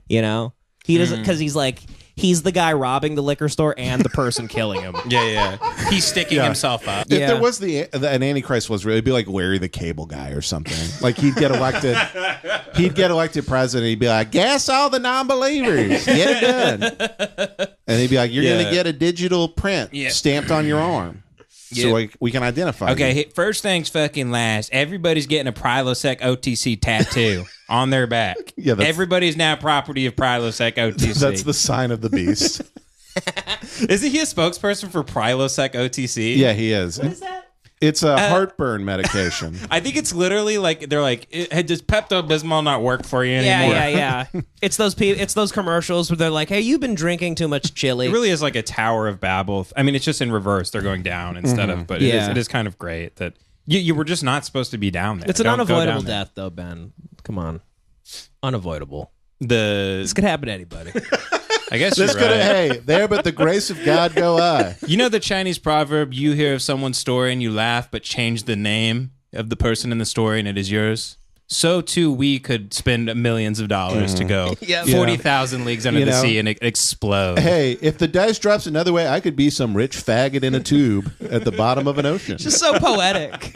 Speaker 6: You know, he doesn't
Speaker 4: Mm.
Speaker 6: because he's like he's the guy robbing the liquor store and the person killing him.
Speaker 4: [laughs] Yeah, yeah. He's sticking himself up.
Speaker 5: If
Speaker 6: Yeah.
Speaker 5: there was the, the an antichrist was really it'd be like Larry the Cable Guy or something. Like he'd get elected, he'd get elected president. He'd be like, "Gas all the non-believers, get it done," and he'd be like, "You're
Speaker 4: Yeah.
Speaker 5: gonna get a digital print
Speaker 4: Yeah.
Speaker 5: stamped on your arm, so we, we can identify." you."
Speaker 4: Okay, hit- first things fucking last. Everybody's getting a Prilosec
Speaker 5: [laughs]
Speaker 4: OTC tattoo on their back.
Speaker 5: Yeah, that's-
Speaker 4: Everybody's now property of Prilosec OTC.
Speaker 5: [laughs] that's the sign of the beast.
Speaker 4: Isn't he a spokesperson for Prilosec OTC?
Speaker 5: yeah, he is. What is that? It's
Speaker 6: Uh,
Speaker 5: a heartburn
Speaker 6: [laughs]
Speaker 5: medication.
Speaker 4: I think it's literally like they're like, "Eh, does Pepto Bismol not work for you
Speaker 6: Yeah,
Speaker 4: anymore?
Speaker 6: yeah, yeah.
Speaker 5: [laughs]
Speaker 6: it's those pe- it's those commercials where they're like, "Hey, you've been drinking too much chili."
Speaker 4: It really is like a Tower of Babel. I mean, it's just in reverse. They're going down instead of, but it, is,
Speaker 6: Yeah.
Speaker 4: it is kind of great that you, you were just not supposed to be down there.
Speaker 6: it's an
Speaker 4: Don't go
Speaker 6: unavoidable
Speaker 4: down there.
Speaker 6: death, though, Ben. Come on, unavoidable.
Speaker 4: The
Speaker 6: This could happen
Speaker 5: [laughs]
Speaker 6: to anybody.
Speaker 4: I
Speaker 6: [laughs]
Speaker 4: guess
Speaker 5: This
Speaker 4: you're
Speaker 5: could
Speaker 4: right.
Speaker 5: hey there, but the grace of God go I.
Speaker 4: You know the Chinese proverb: you hear of someone's story and you laugh, but change the name of the person in the story, and it is yours. So too, we could spend millions of dollars
Speaker 6: Mm.
Speaker 4: to
Speaker 6: [laughs]
Speaker 4: go forty thousand leagues under
Speaker 5: You
Speaker 4: the
Speaker 5: know?
Speaker 4: sea and it explode.
Speaker 5: Hey, if the dice drops another way, I could be some rich faggot in a tube at the bottom of an ocean.
Speaker 6: just so poetic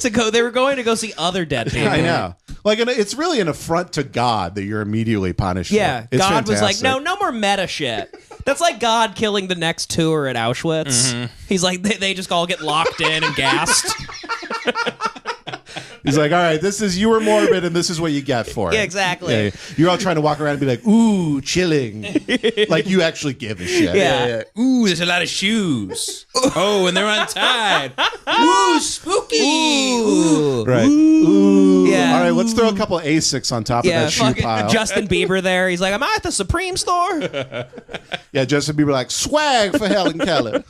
Speaker 6: to go they were going to go see other dead
Speaker 5: [laughs]
Speaker 6: people
Speaker 5: I know. Like, an, it's really an affront to God that you're immediately punished. for.
Speaker 6: yeah
Speaker 5: It's
Speaker 6: god was like
Speaker 5: fantastic.
Speaker 6: no no more meta shit that's like god killing the next tour at auschwitz
Speaker 5: Mm-hmm.
Speaker 6: he's like they, they just all get locked in
Speaker 5: [laughs]
Speaker 6: and gassed
Speaker 5: He's like, all right, this is you were morbid, and this is what you get for it.
Speaker 6: Yeah, exactly.
Speaker 5: Yeah, You're all trying to walk around and be like, ooh,
Speaker 6: [laughs]
Speaker 5: chilling, like you actually give a shit.
Speaker 6: yeah,
Speaker 4: Ooh, there's a lot of
Speaker 6: [laughs]
Speaker 4: shoes. oh, and they're untied. Ooh, spooky.
Speaker 6: Ooh.
Speaker 5: Right. Ooh.
Speaker 6: Yeah.
Speaker 5: All right, let's throw a couple Asics on top
Speaker 6: Yeah,
Speaker 5: of that shoe
Speaker 6: fucking
Speaker 5: pile.
Speaker 6: Justin Bieber there. He's like, Am I at the Supreme store?
Speaker 5: [laughs] yeah, Justin Bieber like swag for Helen Keller.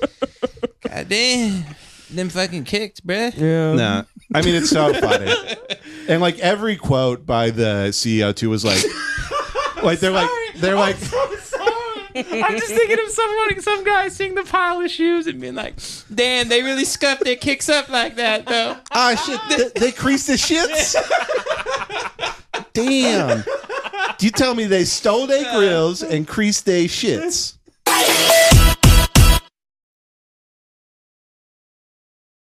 Speaker 13: God damn.
Speaker 4: them fucking kicked, bruh.
Speaker 5: No, I mean it's so funny, and like every quote by the CEO too was like, like they're like they're like
Speaker 4: I'm just thinking of someone, some guy seeing the pile of shoes and being like, "Damn, they really scuffed their kicks up like that, though."
Speaker 5: ah shit, they, they creased the shits. Damn, you tell me they stole their grills and creased their shits.